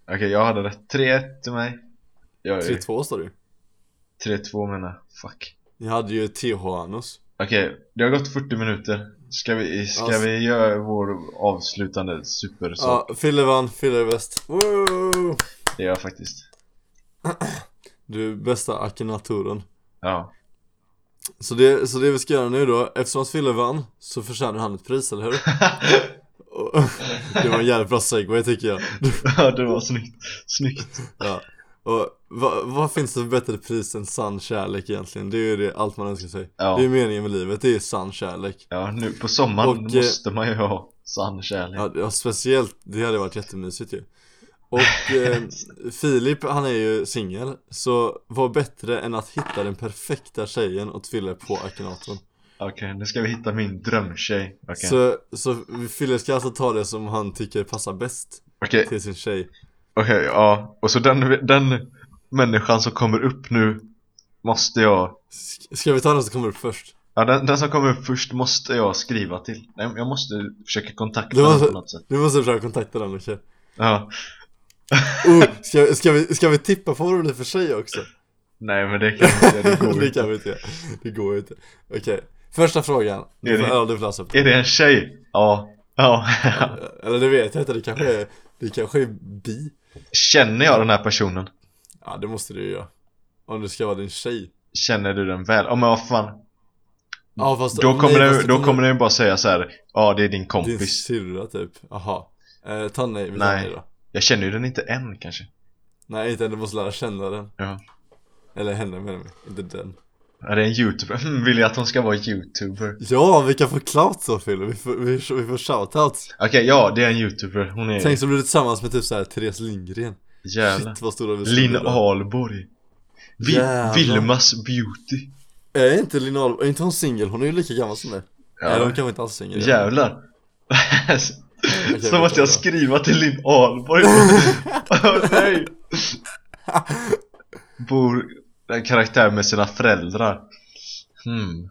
Okej, jag hade rätt. 3-1 till mig. Jag är
3-2 står det ju.
3-2 32 menar jag. Fuck.
Jag hade ju TH-anus
Okej, det har gått 40 minuter. Ska vi, ska
Ja, s-
vi göra vår avslutande super så?
Alltså. Ja, Fille vann, Fille är bäst Woo!
Det gör jag faktiskt.
Du är bästa akinatoren
Ja.
så det, så det vi ska göra nu då, eftersom att Fille vann så förtjänar han ett pris, eller hur? Och- det var en jävligt bra segway tycker jag
ja, det var snyggt. Snyggt.
Ja, och vad, vad finns det för bättre pris än sann kärlek egentligen? Det är ju det, allt man önskar sig
Ja.
Det är ju meningen med livet, det är sann kärlek
Ja, nu på sommaren
Och, eh,
måste man ju ha sann kärlek.
Ja, ja speciellt, det hade varit jättemysigt ju Och eh, Filip, han är ju singel Så vad bättre än att hitta den perfekta tjejen och fylla på akinatorn
Okej, nu ska vi hitta min drömtjej. Okej,
Så, så Filip ska alltså ta det som han tycker passar bäst
okej,
till sin tjej
okej, ja. Och så den, den människan som kommer upp nu måste jag...
Sk- Ska vi ta den som kommer upp först?
Ja, den, den som kommer upp först måste jag skriva till. Nej, men jag måste försöka kontakta
Det var
den
så-
på något sätt.
Du måste försöka kontakta den okej?
Ja.
Oh, ska, ska, vi, ska vi tippa på vad det blir för tjej också?
Nej, men det kan jag inte. Det går
det
inte.
kan vi inte göra. Det går ju inte. Okej, första frågan.
Är
Du får,
det-
ja, du får läsa upp den.
Är det en tjej? Ja. Ja.
Eller det vet jag inte, det kanske är, det kanske är bi.
Känner jag den här personen?
Ja, det måste du ju göra. Om du ska vara din tjej.
Känner du den väl? Ja, men vad fan.
Ja, fast,
Då kommer,
Alltså, nej,
den,
fast
då kommer den ju bara säga så här. Ja, det är din
Din
kompis.
syrra typ. Jaha. Eh, ta nej, vi tar
Nej.
nej då.
Jag känner ju den inte än kanske.
Nej, inte än, du måste lära känna den.
Ja.
Eller henne menar jag, inte den.
Är det en youtuber? Hmm, vill jag att hon ska vara youtuber?
Ja, vi kan få clout så Phil, vi får, vi, får- vi får shoutouts.
Okej, ja det är en youtuber. Hon är
Tänk så blir du tillsammans med typ såhär Therese Lindgren.
jävla
Shit vad stora vi skulle
Linn
bli då.
Ahlborg. Vi,
Jävlar.
Vilmas beauty.
Är inte Linn Ahl- är inte hon singel? Hon är ju lika gammal som dig. Nej, hon kanske inte alls är singel.
Jävlar.
Okej, vi
Som att
tar
jag
det.
skriva till Linn Ahlborg. Åh, nej. Bor en karaktär med sina föräldrar. Hmm.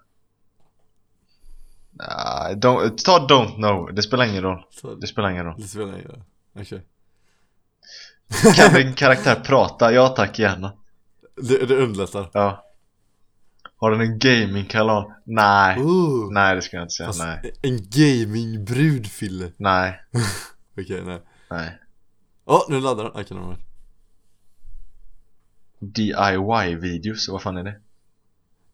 Nej, don't, ta Don't know. Det spelar ingen roll.
Så-
Det spelar ingen roll.
Det spelar ingen roll. Okej.
Kan din karaktär prata? Ja tack, gärna.
Det, det underlättar.
Ja. Har den en gamingkalan? Nej.
Ooh.
Nej, det ska jag inte säga.
Fast
Nej.
En gamingbrud Fille.
Nej.
Okej, nej.
Nej.
Åh, nu laddar den. Okej, okay,
DIY-videos, vad fan är det?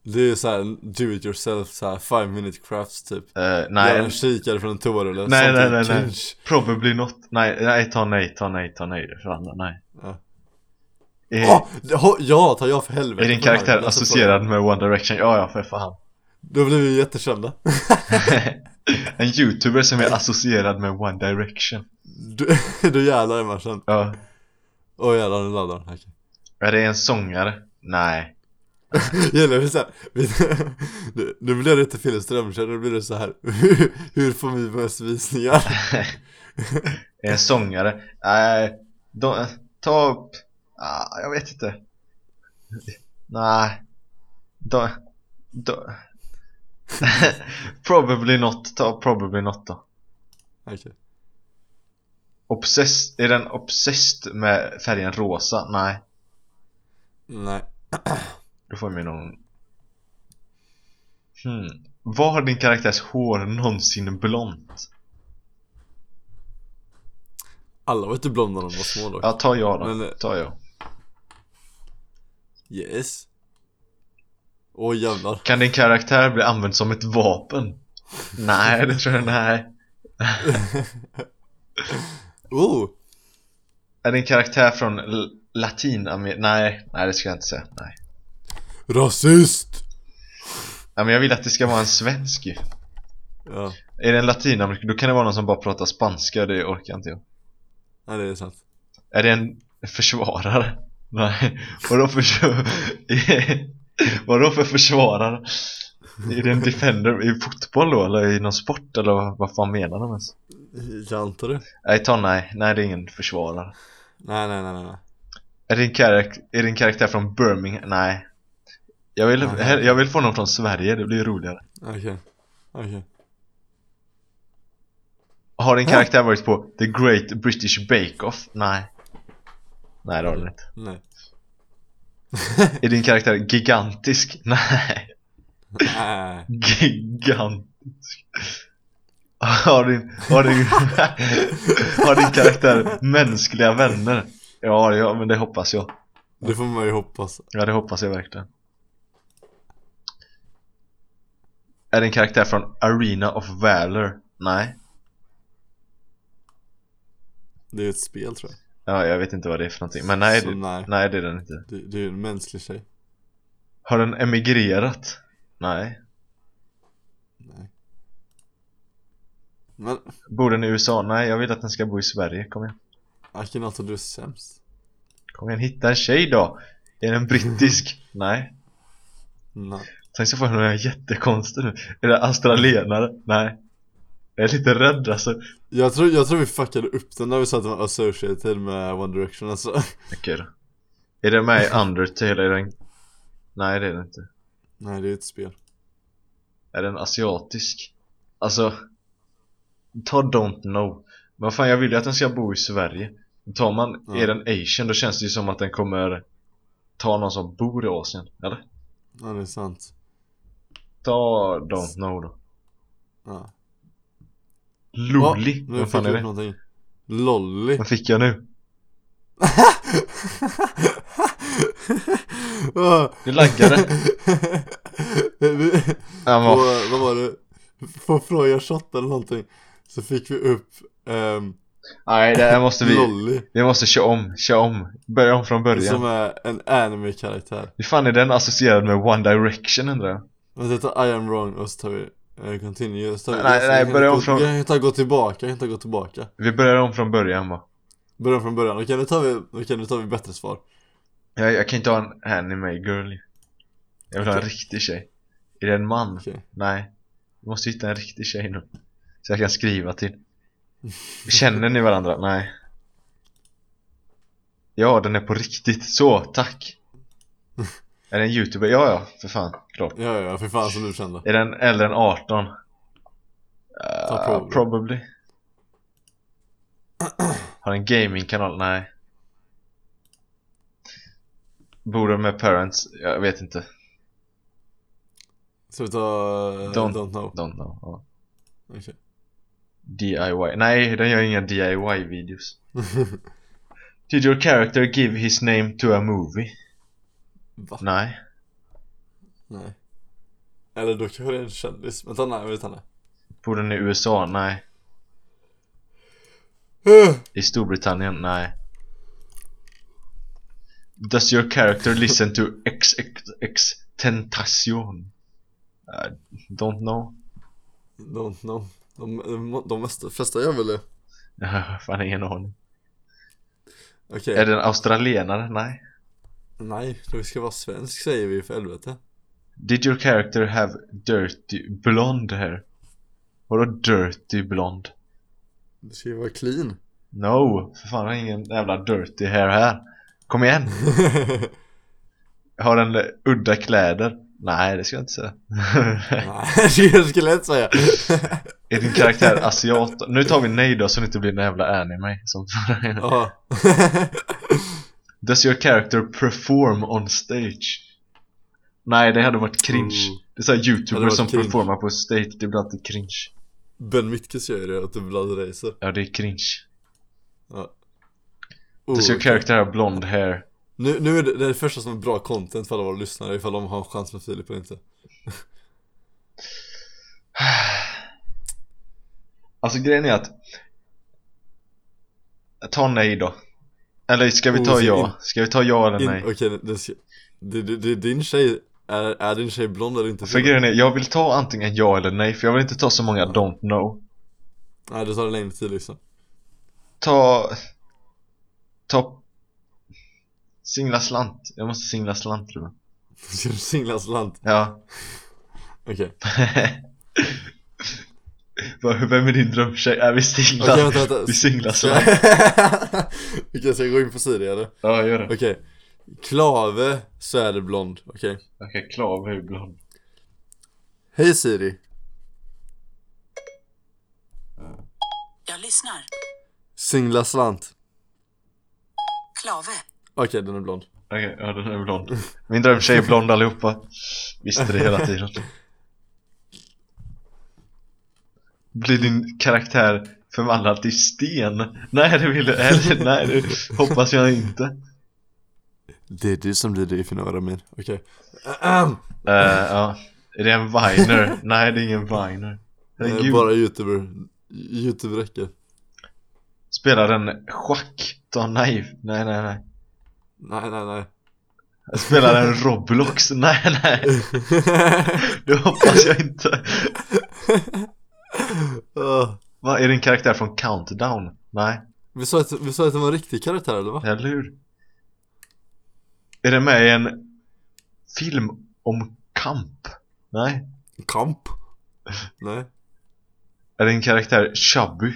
Det är såhär do it yourself, såhär five minute crafts typ.
Eh,
Göra
nej.
en kikare från en toarulle.
Nej,
Sånt typ. är
nej, nej, nej.
cringe.
Probably not. Nej, nej, ta nej, ta nej, ta nej. Fan, nej.
Ja.
Är,
Åh, ja, ja, tar jag för helvete.
är din
Läs
karaktär
upp
associerad med One Direction? Ja, ja, för fan.
Då blir vi jättekända.
en youtuber som är associerad med One Direction.
Du, du jävlar är man känd.
Ja.
Åh jävlar, nu laddar den. Okej.
Är det en sångare? Nej.
Gäller det såhär, nu, nu blir det inte Philips drömkör, nu blir det så här. hur får vi mest visningar?
Är det en sångare? Nej. De, ta upp... Ah, jag vet inte. Nej. De, de. probably not. Ta probably not då.
Okej,
Obsessed, är den obsessed med färgen rosa? Nej,
nej.
då får vi någon... Hmm. Var har din karaktärs hår någonsin blont?
Alla var inte blonda när de var små dock.
Ja, ta jag då.
Men-
Ta jag.
Yes. Åh jävlar.
Kan din karaktär bli använd som ett vapen? nej, det tror jag nej.
Oh!
Är din karaktär från L- Latinamerika? Nej, nej det ska jag inte säga. Nej.
Rasist!
Ja, men jag vill att det ska vara en svensk ju.
Ja,
Är det en latinamerika, då kan det vara någon som bara pratar spanska, det orkar inte jag.
nej, det är sant.
Är det en försvarare? Nej, vadå för Vadå för försvarare? Är det en defender i fotboll då eller i någon sport eller vad- vad fan menar de ens?
Jag antar det.
Nej, ta nej, nej det är ingen försvarare
Nej, nej, nej, nej, nej.
Är din, karak- är din karaktär från Birmingham? Nej jag vill,
Nej.
hell- jag vill få någon från Sverige, det blir roligare
Okej. Okej.
Har din karaktär varit på The Great British Bake Off? Nej Nej det har den inte
Nej.
Är din karaktär gigantisk? Nej,
Nej.
gigantisk. Har din, har din, har din karaktär mänskliga vänner? Ja, ja, men det hoppas jag.
Det får man ju hoppas.
Ja, det hoppas jag verkligen. Är din karaktär från Arena of Valor? Nej.
Det är ju ett spel tror jag.
Ja, jag vet inte vad det är för någonting. Men nej,
Så
det,
nej.
nej det är den inte.
Det, det är ju en mänsklig tjej.
Har den emigrerat? Nej.
Nej. Men
Bor den i USA? Nej, jag vill att den ska bo i Sverige. Kom igen.
Akinato du är sämst.
Kom igen, hitta en tjej då! Är den brittisk? Nej.
Nej.
Tänk så får jag några jättekonstig nu. Är det australienare? Nej. Jag är lite rädd alltså.
Jag tror, jag tror vi fuckade upp den när vi sa att den var associated med One Direction alltså.
Okej då. Är det med i Undertale? Är den... Nej, det är det inte.
Nej det är ett spel.
Är den asiatisk? Alltså... Ta Don't Know. Men fan, jag vill ju att den ska bo i Sverige. Tar man,
Ja.
är den asian, då känns det ju som att den kommer ta någon som bor i Asien, eller?
Ja det är sant.
Ta Don't Know då.
Ja.
Lolly,
Ja, nu
vad
fick
fan är
jag
det?
upp någonting. Lolly.
Vad fick jag nu?
Ja.
Det laggade.
Vi-
Han
på,
var,
vad var det? På Freja shot eller någonting. Så fick vi upp ehm,
nej det här måste vi,
Lolly.
vi måste köra om, köra om, börja om från
Som
början.
är en anime-karaktär.
Hur fan är den associerad med One Direction undrar jag?
Men det tar I am wrong och så tar vi eh, continue. Så tar vi,
Nej,
så
nej,
jag kan
börja om
gå-
från-
Jag kan inte gå tillbaka, jag kan inte gå tillbaka.
Vi börjar om från början va?
Börja om från början, okej nu tar vi, okej nu tar vi bättre svar.
Jag, jag kan inte ha en anime girl Jag vill ha en
Okej.
riktig tjej Är det en man?
Okej.
Nej Vi måste hitta en riktig tjej nu Så jag kan skriva till Känner ni varandra? Nej Ja, den är på riktigt, så, tack Är det en youtuber? Ja, ja, för fan, klart
Ja, ja, ja, för fan som du kände.
Är den äldre än 18? Uh,
Ta probably.
probably Har den gamingkanal? Nej Bor den med parents? Jag vet inte,
Ska vi ta eh,
Don't-
don't, know?
don't know ja.
Okej.
DIY, nej den gör inga DIY videos Did your character give his name to a movie?
Va?
Nej
Nej. Eller då kanske det är en kändis. Vänta, nej, vänta, nej.
Bor den i USA? Nej I Storbritannien? Nej Does your character listen to XXX Tentation? Uh, don't know
Don't know. De, de, de mesta, flesta gör väl det?
Jag har fan ingen aning
Okej.
Är den australienare? Nej
Nej, då ska vara svensk säger vi för helvete.
Did your character have dirty blonde hair? Vadå dirty blonde?
Det ska ju vara clean.
No, för fan jag har ingen jävla dirty hair här Kom igen! Har den eh, udda kläder? Nej, det ska jag inte säga
nej, det skulle jag inte säga.
Är din karaktär asiat? Nu tar vi nej då så det inte blir en jävla anime som
Ja.
Does your character perform on stage? Nej, det hade varit cringe
Mm.
Det är såhär
Hade
youtubers
varit
som
cringe.
performar på stage, det blir alltid cringe
ben Mittkes gör ju det, typ att du Blood Racer.
Ja, det är cringe
Ja.
Does
Oh,
your character have blonde hair?
Nu, nu är det, det är det första som är bra content för alla våra lyssnare ifall de har en chans med Filip eller inte.
Alltså grejen är att Ta nej då Eller ska vi
Oh,
ta
så
ja?
in-
Ska vi ta ja eller
In-
nej?
Okej, det- det ska- det- det- det- din tjej, är, är din tjej blond eller inte?
För grejen är, jag vill ta antingen ja eller nej för jag vill inte ta så många don't know
Nej, det tar längre tid liksom.
Ta... Ta... Singla slant, jag måste singla slant tror jag
Ska du singla slant?
Ja
Okej.
Vad- Vem är din drömtjej? Är vi singlar?
Okej, vänta, vänta.
Vi singlar
Ska
slant
jag- Okej, ska jag gå in på Siri eller?
Ja, gör det
Okej. Klave så är det blond. Okej.
Okej, Klave är blond
Hej Siri.
Jag lyssnar.
Singla slant.
Klave.
Okej, den är blond.
Okej, ja den är blond. Min drömtjej är blond allihopa. Visste det hela tiden. Blir din karaktär förvandlad till sten? Nej det vill du, eller nej det hoppas jag inte.
Det är du som blir det för några Ramin. Okej.
Eh, ja. Är det en viner? nej det är ingen viner.
Eh,
Herregud.
Bara youtuber. Youtube räcker.
Spelar den schack? Ta en knife? Nej nej nej.
Nej, nej, nej.
Spelar den Roblox? Nej nej. Det hoppas jag inte.
Ah.
Va, är det en karaktär från Countdown? Nej,
vi, sa att, vi sa att det var en riktig karaktär eller va?
eller hur? Är det med i en film om kamp? Nej.
Kamp? Nej.
Är det en karaktär chubby?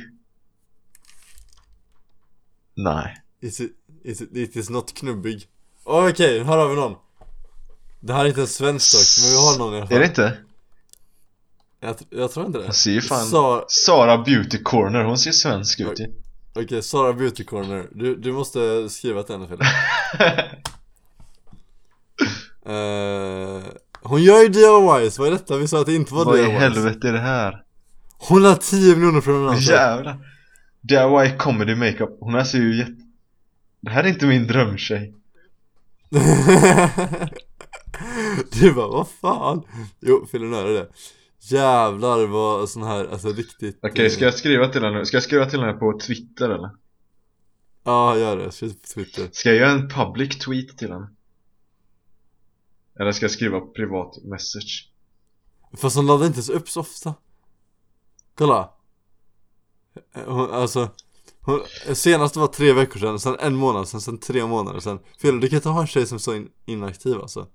Nej.
Is it, is it, it is not knubbig. Åh, Okej, här har vi någon. Det här är inte en svensk sak, men vi har någon i alla fall.
Är det inte?
Jag, tr- jag tror inte det.
Jag ser ju fan-
Sa-
Sara Beauty Corner, hon ser svensk ut ju.
Okej, Sara Beauty Corner. Du, du måste skriva till henne Fille. Eh, hon gör ju DIYs, vad är detta? Vi sa att det inte var
Vad i
DIYs.
helvete är det här?
Hon har 10 miljoner prenumeranter.
Jävlar. DIY comedy makeup, hon här ser ju jätte... Det här är inte min drömtjej.
du bara, vad fan? Jo, Fille nu är det det. Jävlar vad sån här, alltså riktigt.
Okej, ska jag skriva till henne nu? Ska jag skriva till henne på Twitter eller?
Ja, gör det. Skriv på Twitter.
Ska jag göra en public tweet till henne? Eller ska jag skriva privat message?
Fast hon laddar inte ens upp så ofta Kolla Hon, alltså hon, Senast var tre veckor sedan, sen en månad sen, sen tre månader sen Fel, du kan inte ha en tjej som är så in, inaktiv alltså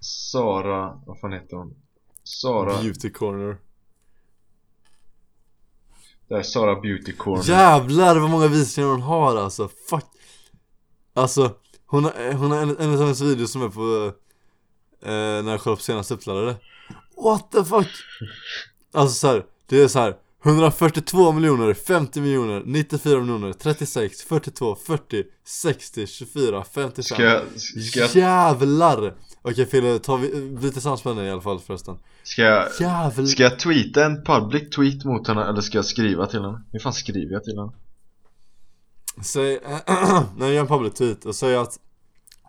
Sara, vad fan heter hon? Sara,
Beauty corner
där är Sara Beauty Corner
Jävlar vad många visningar hon har alltså, fuck Alltså, hon har, eh, hon har en, en av hennes videos som är på eh, När jag kollade på senast uppladdade What the fuck Alltså så här, det är så här 142 miljoner, 50 miljoner, 94 miljoner, 36, 42, 40, 60, 24, 55
Ska jag, ska jag,
Jävlar! Okej Fille, ta vi, bli tillsammans med henne i alla fall förresten
ska jag,
Jävlar!
ska jag tweeta en public tweet mot henne eller ska jag skriva till henne? Hur fan skriver jag till henne?
Säg, när jag gör en public tweet och säger att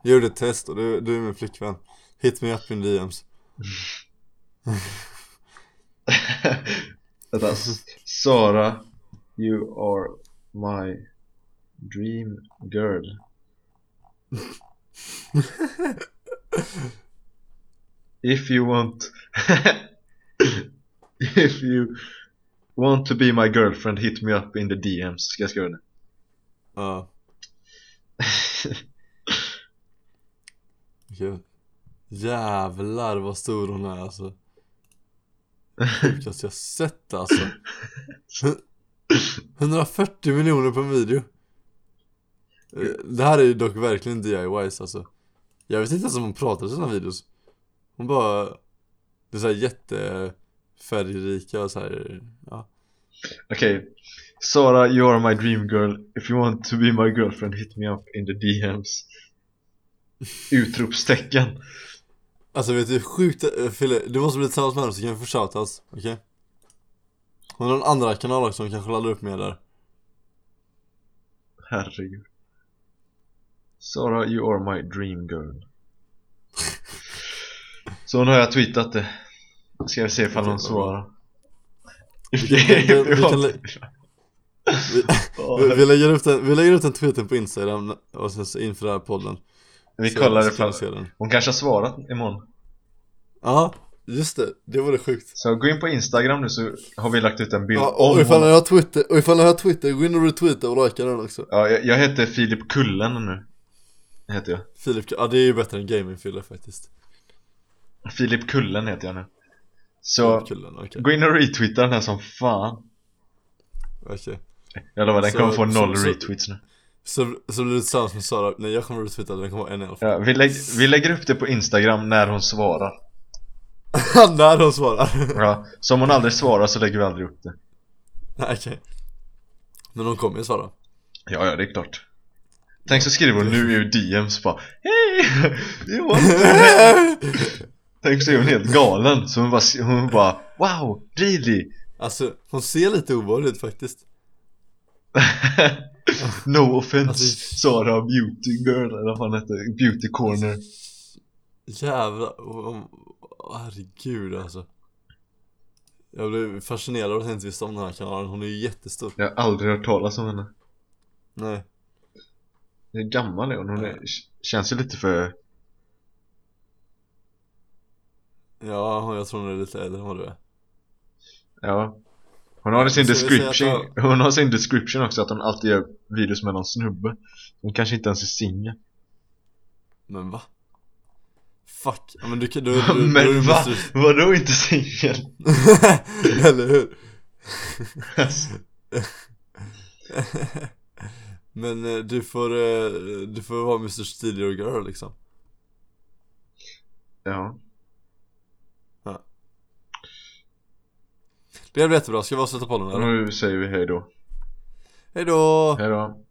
Jag gjorde ett test och du, du är min flickvän Hit me up in DMs
Vänta, S- Sara, you are my dream girl If you want If you want to be my girlfriend hit me up in the DMs Ska jag skriva det?
Ja, okej Jävlar vad stor hon är alltså Sjukaste jag sett alltså 140 miljoner på en video Eh, Det här är ju dock verkligen DIYs alltså Jag vet inte ens om hon pratar i sina videos Hon bara Det är såhär jättefärgrika och såhär ja.
Okej Sara, you are my dream girl If you want to be my girlfriend hit me up in the DMs Utropstecken
Alltså vet du hur sjukt eh, Fille, du måste bli tillsammans med henne så kan vi få shoutouts, okej? Hon har en andra kanal också, hon kanske laddar upp mer där
Herregud. Sara, you are my dream girl. Så nu har jag tweetat det. Ska vi se ifall någon svarar.
kan- vi kan lä- Vi, vi, lägger upp den, vi lägger upp den tweeten på instagram och sen så inför den här podden
Vi
Så
kollar
ska vi
ifall
se den.
hon kanske har svarat imorgon.
Ja, just det, det vore sjukt
Så gå in på Instagram nu så har vi lagt ut en bild.
ja,
om
och, ifall
hon...
jag har Twitter, och ifall jag har Twitter, gå in och retweeta och likea den också
ja, jag, jag heter Filip Kullen nu. Heter jag.
Filip, ja det är ju bättre än gamingfylla faktiskt
Filip Kullen heter jag nu. Så
Kullen, okej,
gå in och retweeta den här som fan.
okej
Jag lovar den
Så-
kommer få noll
så- så-
retweets nu.
Så, så blir du tillsammans med Sara, nej jag kommer retweeta, den kommer vara en i alla fall
Ja, vi, lägg, vi lägger upp det på Instagram när hon svarar.
När hon svarar
Ja, så om hon aldrig svarar så lägger vi aldrig upp det.
Nej okej Men de kommer ju svara
Ja, ja, det är klart. Tänk så skriver hon nu i DM så bara Hej! Johan." Tänk så är hon helt galen så hon bara, hon bara Wow, really?
Alltså hon ser lite ovanlig ut faktiskt
no offense
Alltså-
Sara beauty girl eller vad fan heter det? Beauty corner
Jävlar, om- om- oh, herregud alltså Jag blev fascinerad av att jag inte visste om den här kanalen, hon är ju jättestor
Jag har aldrig hört talas om henne
Nej,
Hon är gammal är hon, hon är, känns ju lite för
ja jag tror hon är lite äldre än vad du är
Ja Hon har i sin
Så vi säger
description
att
Hon har i sin description också att hon alltid gör videos med någon snubbe Hon kanske inte ens är singel
Men va? Fuck, ja, men du kan, du, du, du, du
Men va?
måste du-
Vadå inte singel?
Eller hur? Men eh, du får, eh, du får vara Mr. Steal Your Girl liksom
ja
Det blir jättebra, ska vi avsluta podden eller?
Mm. Nu säger vi hej då
Hejdå!
Hej då